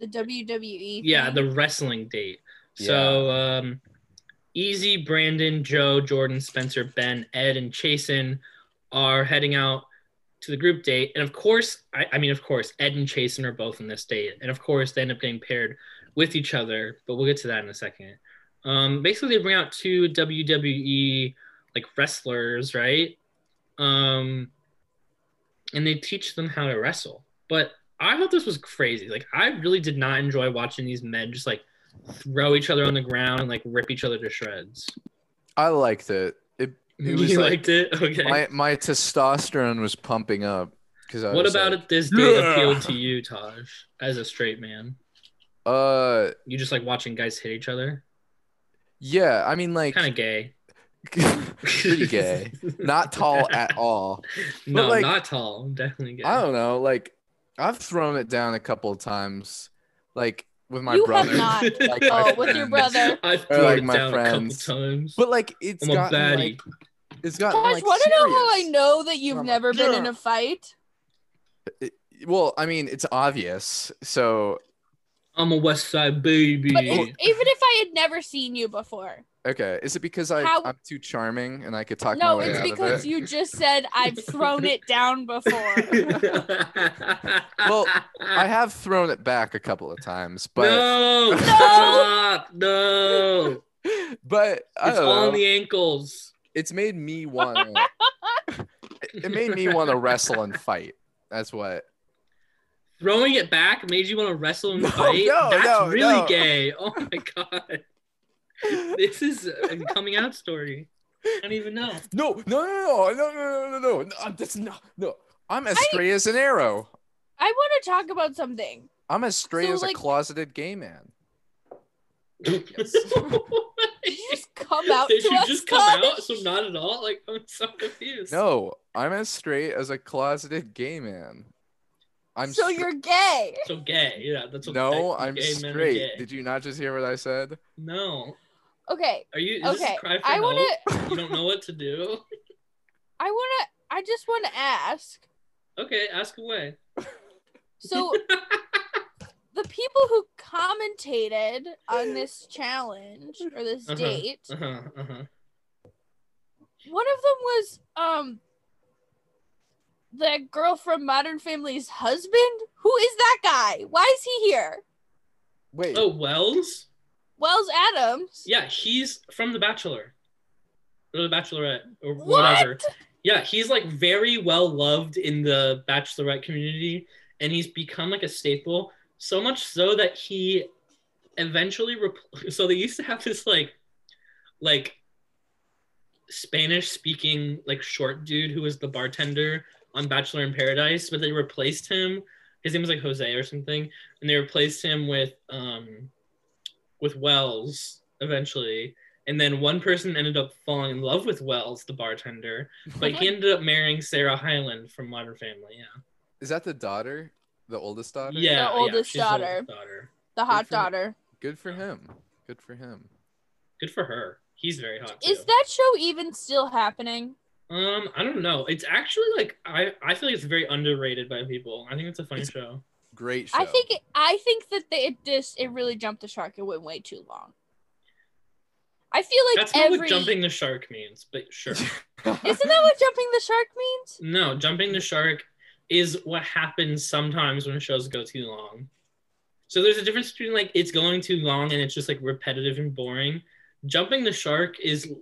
[SPEAKER 3] The WWE.
[SPEAKER 1] yeah,
[SPEAKER 3] thing.
[SPEAKER 1] the wrestling date. So um, Easy, Brandon, Joe, Jordan, Spencer, Ben, Ed, and Chasen are heading out to the group date. And of course, I, I mean, of course, Ed and Chasen are both in this date. And of course, they end up getting paired with each other. But we'll get to that in a second. Um, basically, they bring out two WWE like wrestlers, right? Um, and they teach them how to wrestle. But I thought this was crazy. Like, I really did not enjoy watching these men just like throw each other on the ground and like rip each other to shreds.
[SPEAKER 2] I liked it. It, it was
[SPEAKER 1] you
[SPEAKER 2] like
[SPEAKER 1] liked it? Okay.
[SPEAKER 2] my my testosterone was pumping up because I
[SPEAKER 1] what
[SPEAKER 2] was
[SPEAKER 1] about
[SPEAKER 2] like,
[SPEAKER 1] it this date
[SPEAKER 2] "Yeah."
[SPEAKER 1] appealed to you, Taj, as a straight man?
[SPEAKER 2] Uh,
[SPEAKER 1] You just like watching guys hit each other?
[SPEAKER 2] yeah. I mean, like,
[SPEAKER 1] Kind of gay.
[SPEAKER 2] pretty gay. Not tall at all.
[SPEAKER 1] No,
[SPEAKER 2] like-
[SPEAKER 1] not tall. Definitely gay.
[SPEAKER 2] I don't know. Like, I've thrown it down a couple of times, like with my
[SPEAKER 3] You have
[SPEAKER 2] brother.
[SPEAKER 3] not.
[SPEAKER 2] Like,
[SPEAKER 3] Oh,
[SPEAKER 2] my
[SPEAKER 3] with your
[SPEAKER 2] friends.
[SPEAKER 3] brother.
[SPEAKER 1] I've
[SPEAKER 2] Or,
[SPEAKER 1] thrown
[SPEAKER 2] like,
[SPEAKER 1] it
[SPEAKER 2] my
[SPEAKER 1] down
[SPEAKER 2] friends.
[SPEAKER 1] a couple times.
[SPEAKER 2] But like, it's
[SPEAKER 1] I'm a
[SPEAKER 2] gotten
[SPEAKER 1] baddie.
[SPEAKER 2] like, it's gotten
[SPEAKER 3] Gosh,
[SPEAKER 2] like.
[SPEAKER 3] want to know how I
[SPEAKER 2] serious.
[SPEAKER 3] know that you've
[SPEAKER 2] Oh my
[SPEAKER 3] never been in
[SPEAKER 2] God.
[SPEAKER 3] a fight?
[SPEAKER 2] Well, I mean, it's obvious. So
[SPEAKER 1] I'm a West Side baby.
[SPEAKER 3] But if,
[SPEAKER 1] E.
[SPEAKER 3] even if I had never seen you before,
[SPEAKER 2] okay, is it because I
[SPEAKER 3] How-
[SPEAKER 2] I'm too charming and I could talk my
[SPEAKER 3] no,
[SPEAKER 2] way
[SPEAKER 3] it's
[SPEAKER 2] out of
[SPEAKER 3] because
[SPEAKER 2] it?
[SPEAKER 3] you just said I've thrown it down before.
[SPEAKER 1] well,
[SPEAKER 2] I have thrown it back a couple of times, but
[SPEAKER 1] no, stop, no.
[SPEAKER 2] but I
[SPEAKER 1] It's
[SPEAKER 2] don't
[SPEAKER 1] all
[SPEAKER 2] know.
[SPEAKER 1] in the ankles.
[SPEAKER 2] it's made me want it made me want to wrestle and fight that's what
[SPEAKER 1] Throwing it back made you want to wrestle and
[SPEAKER 2] No,
[SPEAKER 1] fight.
[SPEAKER 2] no,
[SPEAKER 1] That's
[SPEAKER 2] no,
[SPEAKER 1] really
[SPEAKER 2] no.
[SPEAKER 1] gay. Oh my god, this is a coming out story. I don't even know.
[SPEAKER 2] no no no no no no no no no I'm- that's not no i'm as straight as an arrow
[SPEAKER 3] I want to talk about something.
[SPEAKER 2] i'm as straight
[SPEAKER 3] So,
[SPEAKER 2] as
[SPEAKER 3] like-
[SPEAKER 2] a closeted gay man
[SPEAKER 3] Did you just come out
[SPEAKER 1] Did
[SPEAKER 3] to
[SPEAKER 1] you
[SPEAKER 3] us?
[SPEAKER 1] just come
[SPEAKER 3] Todd?
[SPEAKER 1] out? So not at all. Like I'm so confused.
[SPEAKER 2] no i'm as straight as a closeted gay man i'm
[SPEAKER 3] so
[SPEAKER 2] stra-
[SPEAKER 3] you're gay.
[SPEAKER 1] So gay. Yeah, that's what
[SPEAKER 2] no
[SPEAKER 1] gay-
[SPEAKER 2] i'm
[SPEAKER 1] gay men are
[SPEAKER 2] straight
[SPEAKER 1] gay.
[SPEAKER 2] did you not just hear what i said
[SPEAKER 1] No.
[SPEAKER 3] Okay.
[SPEAKER 1] Are you? Is this
[SPEAKER 3] Okay.
[SPEAKER 1] a cry for
[SPEAKER 3] I
[SPEAKER 1] help?
[SPEAKER 3] want to
[SPEAKER 1] you don't know what to do.
[SPEAKER 3] I want to I just want to ask.
[SPEAKER 1] Okay, ask away.
[SPEAKER 3] So the people who commentated on this challenge or this
[SPEAKER 1] Uh-huh.
[SPEAKER 3] date,
[SPEAKER 1] Uh-huh, uh-huh.
[SPEAKER 3] one of them was um the girl from Modern Family's husband? Who is that guy? Why is he here?
[SPEAKER 2] Wait.
[SPEAKER 1] Oh, Wells?
[SPEAKER 3] Wells Adams.
[SPEAKER 1] Yeah, he's from The Bachelor. Or The Bachelorette or
[SPEAKER 3] What?
[SPEAKER 1] whatever. Yeah, he's like very well loved in the Bachelorette community and he's become like a staple. So much so that he eventually repl- so they used to have this like like Spanish speaking like short dude who was the bartender on Bachelor in Paradise, but they replaced him. His name was like Jose or something, and they replaced him with um with Wells eventually. And then one person ended up falling in love with Wells, the bartender, but he ended up marrying Sarah Hyland from Modern Family. Yeah,
[SPEAKER 2] Is that the daughter? The oldest daughter?
[SPEAKER 1] yeah, yeah,
[SPEAKER 3] oldest
[SPEAKER 1] she's the
[SPEAKER 3] daughter.
[SPEAKER 1] daughter.
[SPEAKER 3] The hot
[SPEAKER 2] for-
[SPEAKER 3] daughter.
[SPEAKER 2] Good for him. Good for him.
[SPEAKER 1] Good for her. He's very hot. Too.
[SPEAKER 3] Is that show even still happening?
[SPEAKER 1] Um, I don't know. It's actually like I I feel like it's very underrated by people. I think it's a fun show.
[SPEAKER 2] Great show.
[SPEAKER 3] I think it, I think that they, it just it really jumped the shark. It went way too long. I feel like
[SPEAKER 1] That's not
[SPEAKER 3] every
[SPEAKER 1] what jumping the shark means, but sure.
[SPEAKER 3] isn't that what jumping the shark means?
[SPEAKER 1] no, jumping the shark is what happens sometimes when shows go too long. So there's a difference between like it's going too long and it's just like repetitive and boring. Jumping the shark is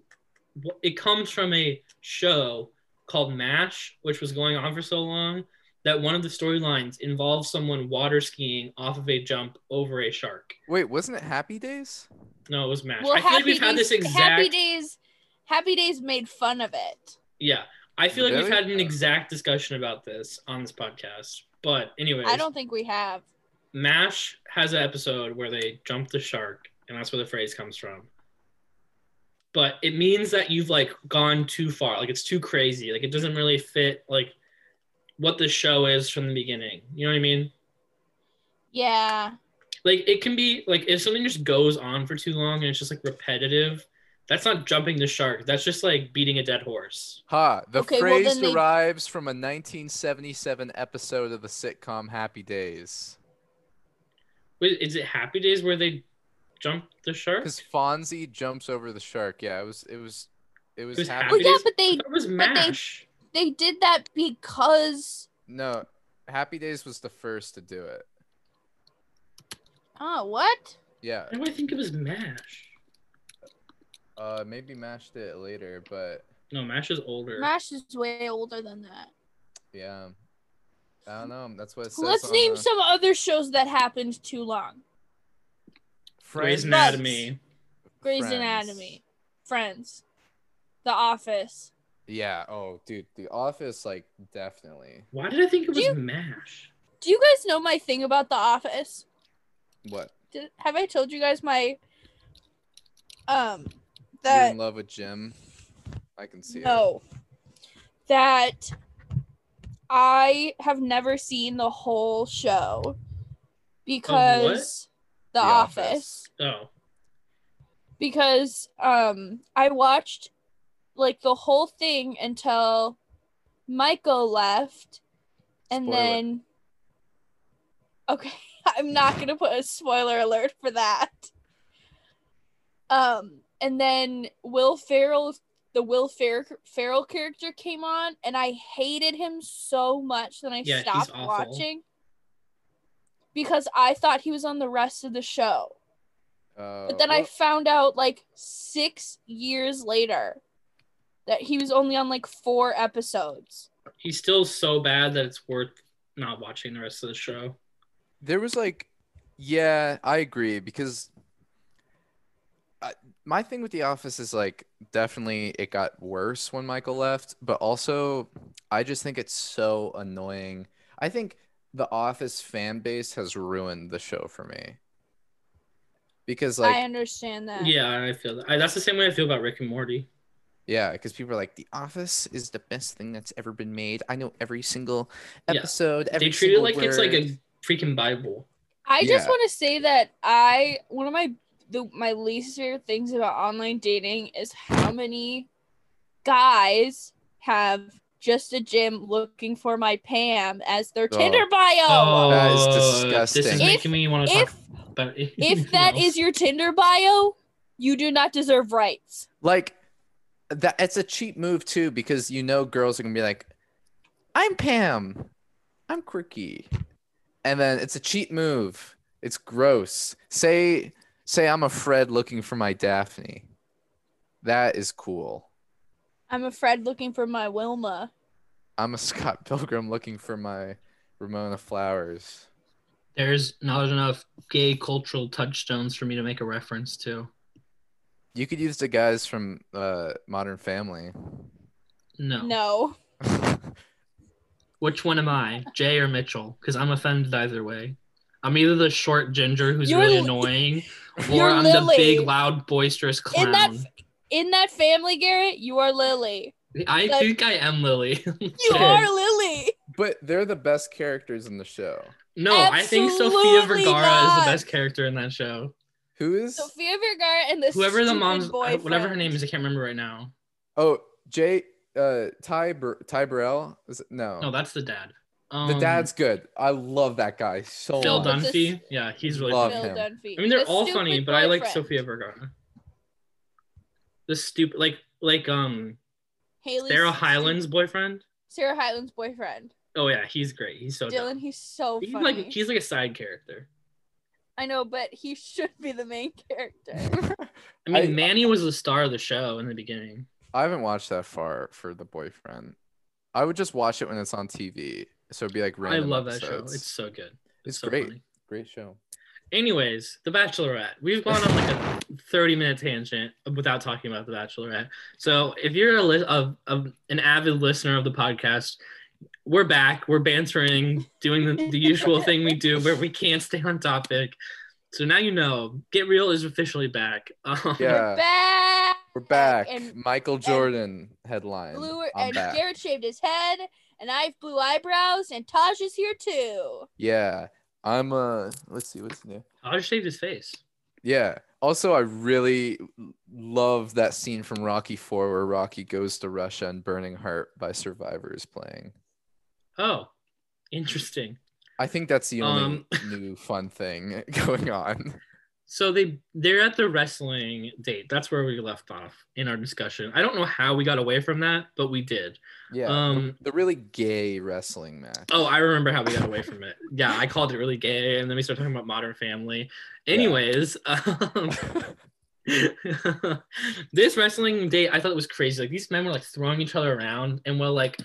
[SPEAKER 1] it comes from a show called MASH, which was going on for so long that one of the storylines involves someone water skiing off of a jump over a shark.
[SPEAKER 2] Wait, wasn't it Happy Days?
[SPEAKER 1] No, it was MASH.
[SPEAKER 3] Well,
[SPEAKER 1] I feel like
[SPEAKER 3] Happy
[SPEAKER 1] we've had
[SPEAKER 3] Days,
[SPEAKER 1] this exact
[SPEAKER 3] Happy Days, Happy Days made fun of it.
[SPEAKER 1] Yeah. I feel like we've
[SPEAKER 2] Really?
[SPEAKER 1] had an exact discussion about this on this podcast. But anyways,
[SPEAKER 3] I don't think we have.
[SPEAKER 1] MASH has an episode where they jump the shark, and that's where the phrase comes from. But it means that you've like gone too far. Like it's too crazy. Like it doesn't really fit like what the show is from the beginning. You know what I mean?
[SPEAKER 3] Yeah,
[SPEAKER 1] like it can be like if something just goes on for too long and it's just like repetitive that's not jumping the shark that's just like beating a dead horse
[SPEAKER 2] Ha, the
[SPEAKER 3] Okay, well,
[SPEAKER 2] phrase
[SPEAKER 3] then they-
[SPEAKER 2] derives from a 1977 episode of the sitcom Happy Days.
[SPEAKER 1] Wait, is it happy days where they jump the shark
[SPEAKER 2] Because Fonzie jumps over the shark. Yeah, it was it was it was,
[SPEAKER 1] was
[SPEAKER 2] Happy
[SPEAKER 3] well,
[SPEAKER 1] Happy
[SPEAKER 3] yeah,
[SPEAKER 1] Days-
[SPEAKER 3] but they
[SPEAKER 1] that was
[SPEAKER 3] but they-
[SPEAKER 1] mash
[SPEAKER 3] they did that because
[SPEAKER 2] No, Happy Days was the first to do it.
[SPEAKER 3] oh what?
[SPEAKER 2] Yeah,
[SPEAKER 1] why do i think it was mash
[SPEAKER 2] uh, maybe mashed it later, but
[SPEAKER 1] no mash is older
[SPEAKER 3] Mash is way older than that.
[SPEAKER 2] yeah, I don't know. That's what it says.
[SPEAKER 3] Let's
[SPEAKER 2] on
[SPEAKER 3] name
[SPEAKER 2] the-
[SPEAKER 3] some other shows that happened too long.
[SPEAKER 1] gray's
[SPEAKER 2] Friends.
[SPEAKER 1] anatomy
[SPEAKER 3] Grey's
[SPEAKER 2] Friends.
[SPEAKER 3] Anatomy, Friends, The Office.
[SPEAKER 2] Yeah. Oh, dude, The Office, like, definitely.
[SPEAKER 1] why did i think it was
[SPEAKER 3] Do you-
[SPEAKER 1] mash
[SPEAKER 3] Do you guys know my thing about The Office?
[SPEAKER 2] What?
[SPEAKER 3] Did, have I told you guys my um
[SPEAKER 2] You're
[SPEAKER 3] that
[SPEAKER 2] in love with Jim? I can see it.
[SPEAKER 3] no that I have never seen the whole show because The,
[SPEAKER 2] The Office.
[SPEAKER 3] Office.
[SPEAKER 1] oh
[SPEAKER 3] because um I watched like the whole thing until Michael left and
[SPEAKER 2] Spoiler.
[SPEAKER 3] then okay I'm not gonna put a spoiler alert for that um and then Will Ferrell the Will Fer- Ferrell character came on and I hated him so much that I
[SPEAKER 1] Yeah, he's
[SPEAKER 3] stopped
[SPEAKER 1] awful.
[SPEAKER 3] watching because I thought he was on the rest of the show
[SPEAKER 2] Uh,
[SPEAKER 3] but then I
[SPEAKER 2] well,
[SPEAKER 3] found out like six years later that he was only on like four episodes.
[SPEAKER 1] he's still so bad that it's worth not watching the rest of the show
[SPEAKER 2] There was, like, yeah, I agree because I, my thing with The Office is, like, definitely it got worse when Michael left, but also I just think it's so annoying. I think The Office fan base has ruined the show for me. Because, like,
[SPEAKER 3] I understand that.
[SPEAKER 1] yeah i feel that I, that's the same way i feel about rick and morty
[SPEAKER 2] Yeah, because people are like, The Office is the best thing that's ever been made. I know every single
[SPEAKER 1] Yeah.
[SPEAKER 2] episode. Every
[SPEAKER 1] they treat it
[SPEAKER 2] single
[SPEAKER 1] like it's like
[SPEAKER 2] word."
[SPEAKER 1] a freaking bible
[SPEAKER 3] I just
[SPEAKER 2] Yeah.
[SPEAKER 3] want to say that I one of my the my least favorite things about online dating is how many guys have just a gym looking for my Pam as their
[SPEAKER 2] Oh.
[SPEAKER 3] Tinder bio.
[SPEAKER 1] Oh.
[SPEAKER 2] That is
[SPEAKER 1] This
[SPEAKER 2] disgusting.
[SPEAKER 1] is
[SPEAKER 3] If-
[SPEAKER 1] making me want to
[SPEAKER 3] if
[SPEAKER 1] talk about
[SPEAKER 3] if that is your Tinder bio, you do not deserve rights.
[SPEAKER 2] like that. It's a cheap move too, because you know girls are gonna be like, I'm Pam. I'm quirky. And then it's a cheat move. It's gross. Say say I'm a Fred looking for my Daphne. That is cool.
[SPEAKER 3] I'm a Fred looking for my Wilma.
[SPEAKER 2] I'm a Scott Pilgrim looking for my Ramona Flowers.
[SPEAKER 1] There's not enough gay cultural touchstones for me to make a reference to.
[SPEAKER 2] You could use the guys from uh, Modern Family.
[SPEAKER 1] No.
[SPEAKER 3] No.
[SPEAKER 1] Which one am I, Jay or Mitchell? Because I'm offended either way. I'm either the short ginger who's
[SPEAKER 3] You're
[SPEAKER 1] really
[SPEAKER 3] Li-
[SPEAKER 1] annoying, or
[SPEAKER 3] You're
[SPEAKER 1] I'm the
[SPEAKER 3] Lily.
[SPEAKER 1] big, loud, boisterous clown.
[SPEAKER 3] In that In that family, Garrett, you are Lily.
[SPEAKER 1] I
[SPEAKER 3] that-
[SPEAKER 1] think I am Lily.
[SPEAKER 3] You
[SPEAKER 1] Shit.
[SPEAKER 3] are Lily.
[SPEAKER 2] but they're the best characters in the show.
[SPEAKER 1] No, I think Sofia
[SPEAKER 3] Absolutely
[SPEAKER 1] Vergara is
[SPEAKER 3] not.
[SPEAKER 1] the best character in that show.
[SPEAKER 2] Who is?
[SPEAKER 3] Sofia Vergara and this
[SPEAKER 1] Whoever the mom's, uh,
[SPEAKER 3] boyfriend.
[SPEAKER 1] whatever her name is, I can't remember right now.
[SPEAKER 2] Oh, Jay. Uh, Ty. Bur- Ty Burrell. Is it- no.
[SPEAKER 1] No, that's the dad. Um,
[SPEAKER 2] Oh. the dad's good. I love that guy so
[SPEAKER 1] Phil
[SPEAKER 2] much.
[SPEAKER 3] Dunn-
[SPEAKER 1] Dunphy. Yeah, he's really.
[SPEAKER 2] Love
[SPEAKER 1] Funny.
[SPEAKER 3] Bill
[SPEAKER 2] him.
[SPEAKER 3] Dunphy.
[SPEAKER 1] I mean, they're
[SPEAKER 3] The
[SPEAKER 1] all
[SPEAKER 3] stupid
[SPEAKER 1] funny, but I like
[SPEAKER 3] boyfriend.
[SPEAKER 1] Sofia Vergara. The stupid, like, like um,
[SPEAKER 3] Haley's
[SPEAKER 1] Sarah
[SPEAKER 3] stu-
[SPEAKER 1] Hyland's boyfriend.
[SPEAKER 3] Sarah Hyland's boyfriend.
[SPEAKER 1] Oh yeah, he's great. He's so.
[SPEAKER 3] Dylan,
[SPEAKER 1] dumb.
[SPEAKER 3] he's so
[SPEAKER 1] he's
[SPEAKER 3] funny.
[SPEAKER 1] like he's like a side character.
[SPEAKER 3] I know, but he should be the main character.
[SPEAKER 1] I mean,
[SPEAKER 2] I-
[SPEAKER 1] Manny was the star of the show in the beginning.
[SPEAKER 2] I haven't watched that far for the boyfriend. I would just watch it when it's on TV. So it'd be like
[SPEAKER 1] I
[SPEAKER 2] random.
[SPEAKER 1] love that show.
[SPEAKER 2] episodes.
[SPEAKER 1] It's so good.
[SPEAKER 2] It's
[SPEAKER 1] so
[SPEAKER 2] great.
[SPEAKER 1] funny.
[SPEAKER 2] Great show.
[SPEAKER 1] Anyways, The Bachelorette. We've gone on like a 30 minute tangent without talking about The Bachelorette. So if you're a, li- of of an avid listener of the podcast, we're back. We're bantering, doing the, the usual thing we do where we can't stay on topic. So now you know, Get Real is officially back. Um,
[SPEAKER 2] Yeah,
[SPEAKER 3] back.
[SPEAKER 2] we're back.
[SPEAKER 3] And
[SPEAKER 2] Michael Jordan headline.
[SPEAKER 3] blue
[SPEAKER 2] I'm
[SPEAKER 3] and
[SPEAKER 2] back.
[SPEAKER 3] Garrett shaved his head, and I have blue eyebrows, and Taj is here too.
[SPEAKER 2] yeah, I'm. Uh, let's see what's new.
[SPEAKER 1] I just shaved his face.
[SPEAKER 2] Yeah. Also, I really love that scene from Rocky Four where Rocky goes to Russia and "Burning Heart" by Survivor is playing.
[SPEAKER 1] Oh, interesting.
[SPEAKER 2] I think that's the only
[SPEAKER 1] Um.
[SPEAKER 2] new fun thing going on.
[SPEAKER 1] So they they're at the wrestling date. That's where we left off in our discussion. I don't know how we got away from that, but we did.
[SPEAKER 2] Yeah,
[SPEAKER 1] Um,
[SPEAKER 2] the really gay wrestling match.
[SPEAKER 1] Oh, I remember how we got away from it. Yeah, I called it really gay, and then we started talking about Modern Family. Anyways, um, this wrestling date, I thought it was crazy. Like these men were like throwing each other around, and while like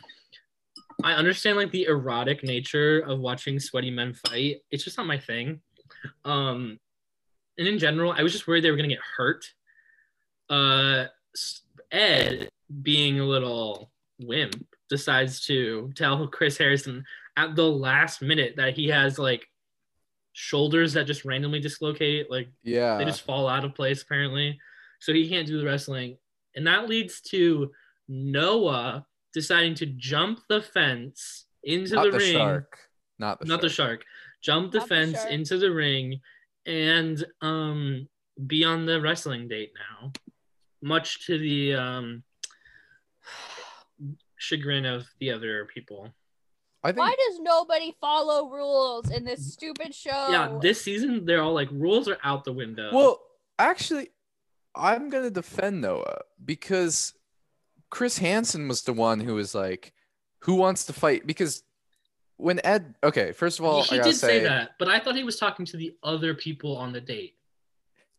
[SPEAKER 1] I understand like the erotic nature of watching sweaty men fight, it's just not my thing. Um, and in general, I was just worried they were gonna get hurt. Uh, s- Ed, being a little wimp, decides to tell Chris Harrison at the last minute that he has like shoulders that just randomly dislocate, like
[SPEAKER 2] yeah.
[SPEAKER 1] they just fall out of place apparently so he can't do the wrestling and that leads to noah deciding to jump the fence into
[SPEAKER 2] not
[SPEAKER 1] the,
[SPEAKER 2] the,
[SPEAKER 1] ring
[SPEAKER 2] shark. Not the
[SPEAKER 1] not
[SPEAKER 2] shark.
[SPEAKER 1] the shark jump the
[SPEAKER 3] Not the
[SPEAKER 1] fence
[SPEAKER 3] shark.
[SPEAKER 1] into the ring and um be on the wrestling date now much to the um chagrin of the other people
[SPEAKER 2] I think
[SPEAKER 3] Why does nobody follow rules in this stupid show?
[SPEAKER 1] yeah this season they're all like rules are out the window
[SPEAKER 2] Well, actually, I'm gonna defend Noah because Chris Hansen was the one who was like, "Who wants to fight?" Because when Ed, okay, first of all,
[SPEAKER 1] he
[SPEAKER 2] I gotta
[SPEAKER 1] did say
[SPEAKER 2] say,
[SPEAKER 1] that but i thought he was talking to the other people on the date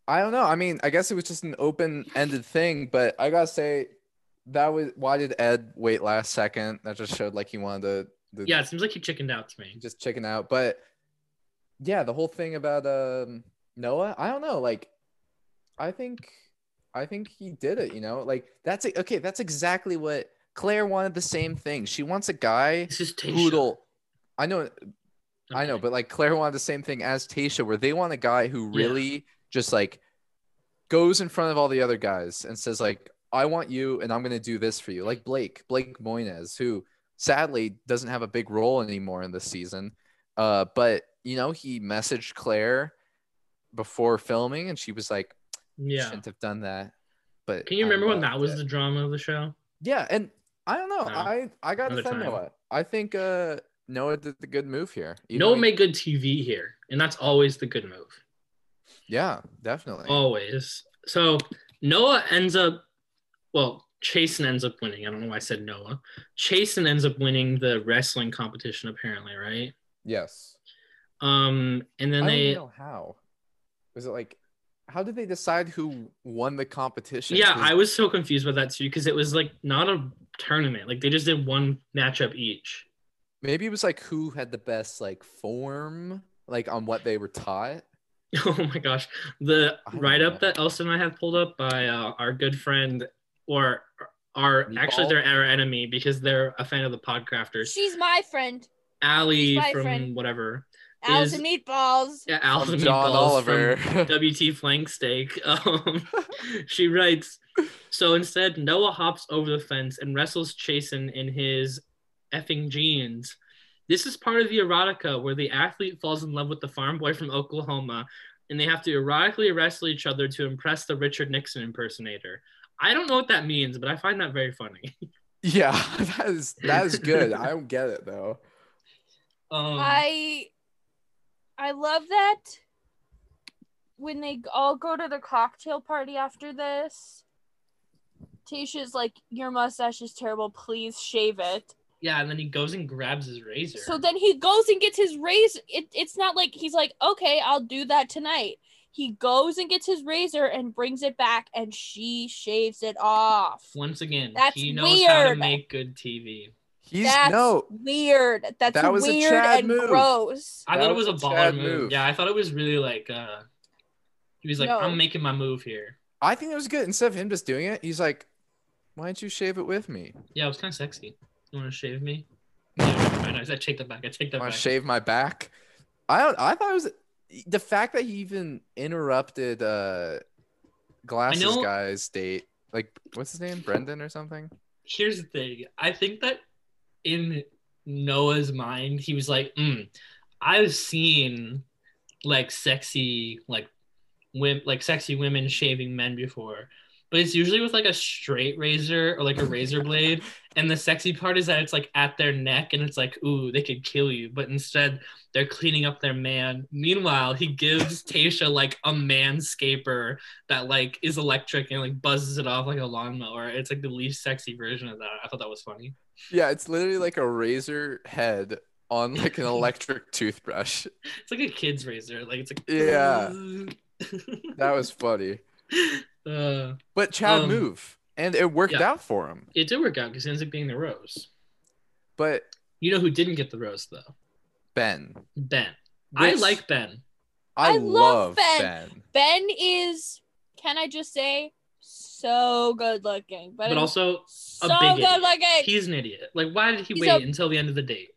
[SPEAKER 2] I don't know. I mean, I guess it was just an open-ended thing, but I gotta say, that was why did Ed wait last second? That just showed like he wanted to, to
[SPEAKER 1] Yeah, it seems like he chickened out to me.
[SPEAKER 2] just checking out. But yeah, the whole thing about um Noah, I don't know. Like, I think, I think he did it. You know, like that's e, okay. That's exactly what Claire wanted. The same thing. She wants a guy
[SPEAKER 1] This is Tasha.
[SPEAKER 2] who'll. I know, I know,
[SPEAKER 1] Okay.
[SPEAKER 2] but like Claire wanted the same thing as Tasha, where they want a guy who
[SPEAKER 1] Yeah.
[SPEAKER 2] really just like goes in front of all the other guys and says like, "I want you, and I'm gonna do this for you." Like Blake, Blake Moynes, who sadly doesn't have a big role anymore in this season, uh, but you know he messaged Claire before filming, and she was like,
[SPEAKER 1] yeah.
[SPEAKER 2] "Shouldn't have done that." But
[SPEAKER 1] Can you
[SPEAKER 2] I
[SPEAKER 1] remember when that
[SPEAKER 2] loved
[SPEAKER 1] was
[SPEAKER 2] it.
[SPEAKER 1] the drama of the show?
[SPEAKER 2] Yeah, and I don't know.
[SPEAKER 1] No.
[SPEAKER 2] I I got to
[SPEAKER 1] Another
[SPEAKER 2] defend
[SPEAKER 1] time.
[SPEAKER 2] Noah. I think uh Noah did the good move here. even
[SPEAKER 1] No,
[SPEAKER 2] though he-
[SPEAKER 1] make good TV here, and that's always the good move. Oh,
[SPEAKER 2] yeah, definitely.
[SPEAKER 1] Always. So Noah ends up, well, Chasen ends up winning. I don't know why I said Noah. Chasen ends up winning the wrestling competition, apparently, right?
[SPEAKER 4] Yes.
[SPEAKER 1] Um, and then
[SPEAKER 2] I don't
[SPEAKER 1] they,
[SPEAKER 2] even know how.
[SPEAKER 4] Was it like
[SPEAKER 2] How did they decide who won the competition?
[SPEAKER 1] yeah,
[SPEAKER 2] 'Cause
[SPEAKER 1] I was so confused by that too because it was like not a tournament. Like they just did one matchup each.
[SPEAKER 2] maybe it was like who had the best like form, like on what they were taught.
[SPEAKER 1] Oh my gosh. The
[SPEAKER 2] I don't
[SPEAKER 1] write up
[SPEAKER 2] know.
[SPEAKER 1] that Elson and I have pulled up by uh, our good friend, or our actually
[SPEAKER 2] Meatball?
[SPEAKER 1] they're our enemy because they're a fan of the podcrafters.
[SPEAKER 3] She's my friend.
[SPEAKER 1] Allie
[SPEAKER 3] my
[SPEAKER 1] from
[SPEAKER 3] friend.
[SPEAKER 1] whatever.
[SPEAKER 3] Alice
[SPEAKER 1] Is-
[SPEAKER 3] and Meatballs.
[SPEAKER 1] Yeah, Allie
[SPEAKER 2] From
[SPEAKER 1] from
[SPEAKER 2] John
[SPEAKER 1] Meatballs from
[SPEAKER 2] Oliver.
[SPEAKER 1] WT Flank Steak. Um, she writes So instead, Noah hops over the fence and wrestles Chasen in his effing jeans. This is part of the erotica where the athlete falls in love with the farm boy from Oklahoma and they have to erotically wrestle each other to impress the Richard Nixon impersonator. I don't know what that means, but I find that very funny.
[SPEAKER 2] yeah, that is that is good. I don't get it though.
[SPEAKER 1] Um,
[SPEAKER 3] I I love that when they all go to the cocktail party after this. Tisha's like, your mustache is terrible. Please shave it.
[SPEAKER 1] yeah, and then he goes and grabs his razor.
[SPEAKER 3] So then he goes and gets his razor. It, it's not like he's like, okay, I'll do that tonight. He goes and gets his razor and brings it back, and she shaves it off.
[SPEAKER 1] Once again,
[SPEAKER 3] That's
[SPEAKER 1] he knows how to
[SPEAKER 3] weird.
[SPEAKER 1] make good TV.
[SPEAKER 2] He's
[SPEAKER 3] That's
[SPEAKER 2] no.
[SPEAKER 3] weird. That's
[SPEAKER 2] That was a
[SPEAKER 3] weird
[SPEAKER 2] Chad
[SPEAKER 3] and
[SPEAKER 2] move.
[SPEAKER 3] gross.
[SPEAKER 1] I
[SPEAKER 2] That
[SPEAKER 1] thought it was
[SPEAKER 2] was
[SPEAKER 1] a
[SPEAKER 2] a
[SPEAKER 1] baller
[SPEAKER 2] Chad
[SPEAKER 1] move.
[SPEAKER 2] move.
[SPEAKER 1] Yeah, I thought it was really like uh he was like,
[SPEAKER 3] No.
[SPEAKER 1] I'm making my move here.
[SPEAKER 2] I think it was good. Instead of him just doing it, he's like, "Why don't you shave it with me?
[SPEAKER 1] Yeah, it was kind of sexy. You want to shave me? No, I, know, I take that back. I take that
[SPEAKER 2] Want
[SPEAKER 1] back.
[SPEAKER 2] to shave my back?" I don't. I thought it was the fact that he even interrupted uh glasses
[SPEAKER 1] know-
[SPEAKER 2] guy's date. Like, what's his name? Brendan or something?
[SPEAKER 1] Here's the thing. I think that in Noah's mind, he was like, mm, I've seen like sexy like women like sexy women shaving men before. But it's usually with like a straight razor or like a razor blade. And the sexy part is that it's like at their neck and it's like, ooh, they could kill you. But instead, they're cleaning up their man. Meanwhile, he gives Tasha like a manscaper that like is electric and like buzzes it off like a lawnmower. It's like the least sexy version of that. I thought that was funny.
[SPEAKER 2] Yeah, it's literally like a razor head on like an electric toothbrush.
[SPEAKER 1] It's like a kid's razor. Like it's like
[SPEAKER 2] Yeah. That was funny.
[SPEAKER 1] uh,
[SPEAKER 2] But Chad
[SPEAKER 1] Um,
[SPEAKER 2] move, and it worked
[SPEAKER 1] yeah.
[SPEAKER 2] out for him.
[SPEAKER 1] it did work out because it ends up being the rose.
[SPEAKER 2] But
[SPEAKER 1] You know who didn't get the rose though?
[SPEAKER 2] Ben,
[SPEAKER 1] Ben. I
[SPEAKER 2] which
[SPEAKER 1] like Ben.
[SPEAKER 2] I,
[SPEAKER 3] I love
[SPEAKER 2] love
[SPEAKER 3] Ben.
[SPEAKER 2] ben.
[SPEAKER 3] Ben is, can I just say, so good looking. But,
[SPEAKER 1] But
[SPEAKER 3] also
[SPEAKER 1] also
[SPEAKER 3] so
[SPEAKER 1] a big
[SPEAKER 3] good
[SPEAKER 1] idiot.
[SPEAKER 3] looking. He's,
[SPEAKER 1] he's an idiot. Like why did he
[SPEAKER 3] He's
[SPEAKER 1] wait
[SPEAKER 3] a-
[SPEAKER 1] until the end of the date?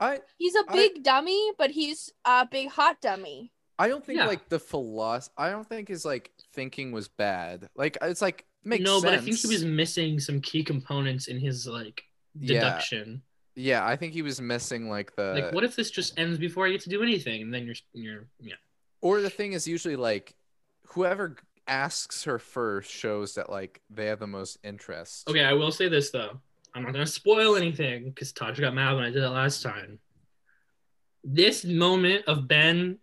[SPEAKER 2] I
[SPEAKER 3] a
[SPEAKER 2] I-
[SPEAKER 3] big dummy, but he's a big hot dummy.
[SPEAKER 2] I don't think
[SPEAKER 1] Yeah.
[SPEAKER 2] like the philosophy. I don't think his like thinking was bad. Like it's like makes
[SPEAKER 1] no,
[SPEAKER 2] sense.
[SPEAKER 1] but I think he was missing some key components in his like
[SPEAKER 2] Yeah. Uh,
[SPEAKER 1] deduction.
[SPEAKER 2] Yeah, I think he was missing like the
[SPEAKER 1] like what if this just ends before I get to do anything and then you're you're yeah.
[SPEAKER 2] or the thing is usually like whoever asks her first shows that like they have the most interest.
[SPEAKER 1] Okay, I will say this though. I'm not gonna spoil anything because Tasha got mad when I did it last time. This moment of Ben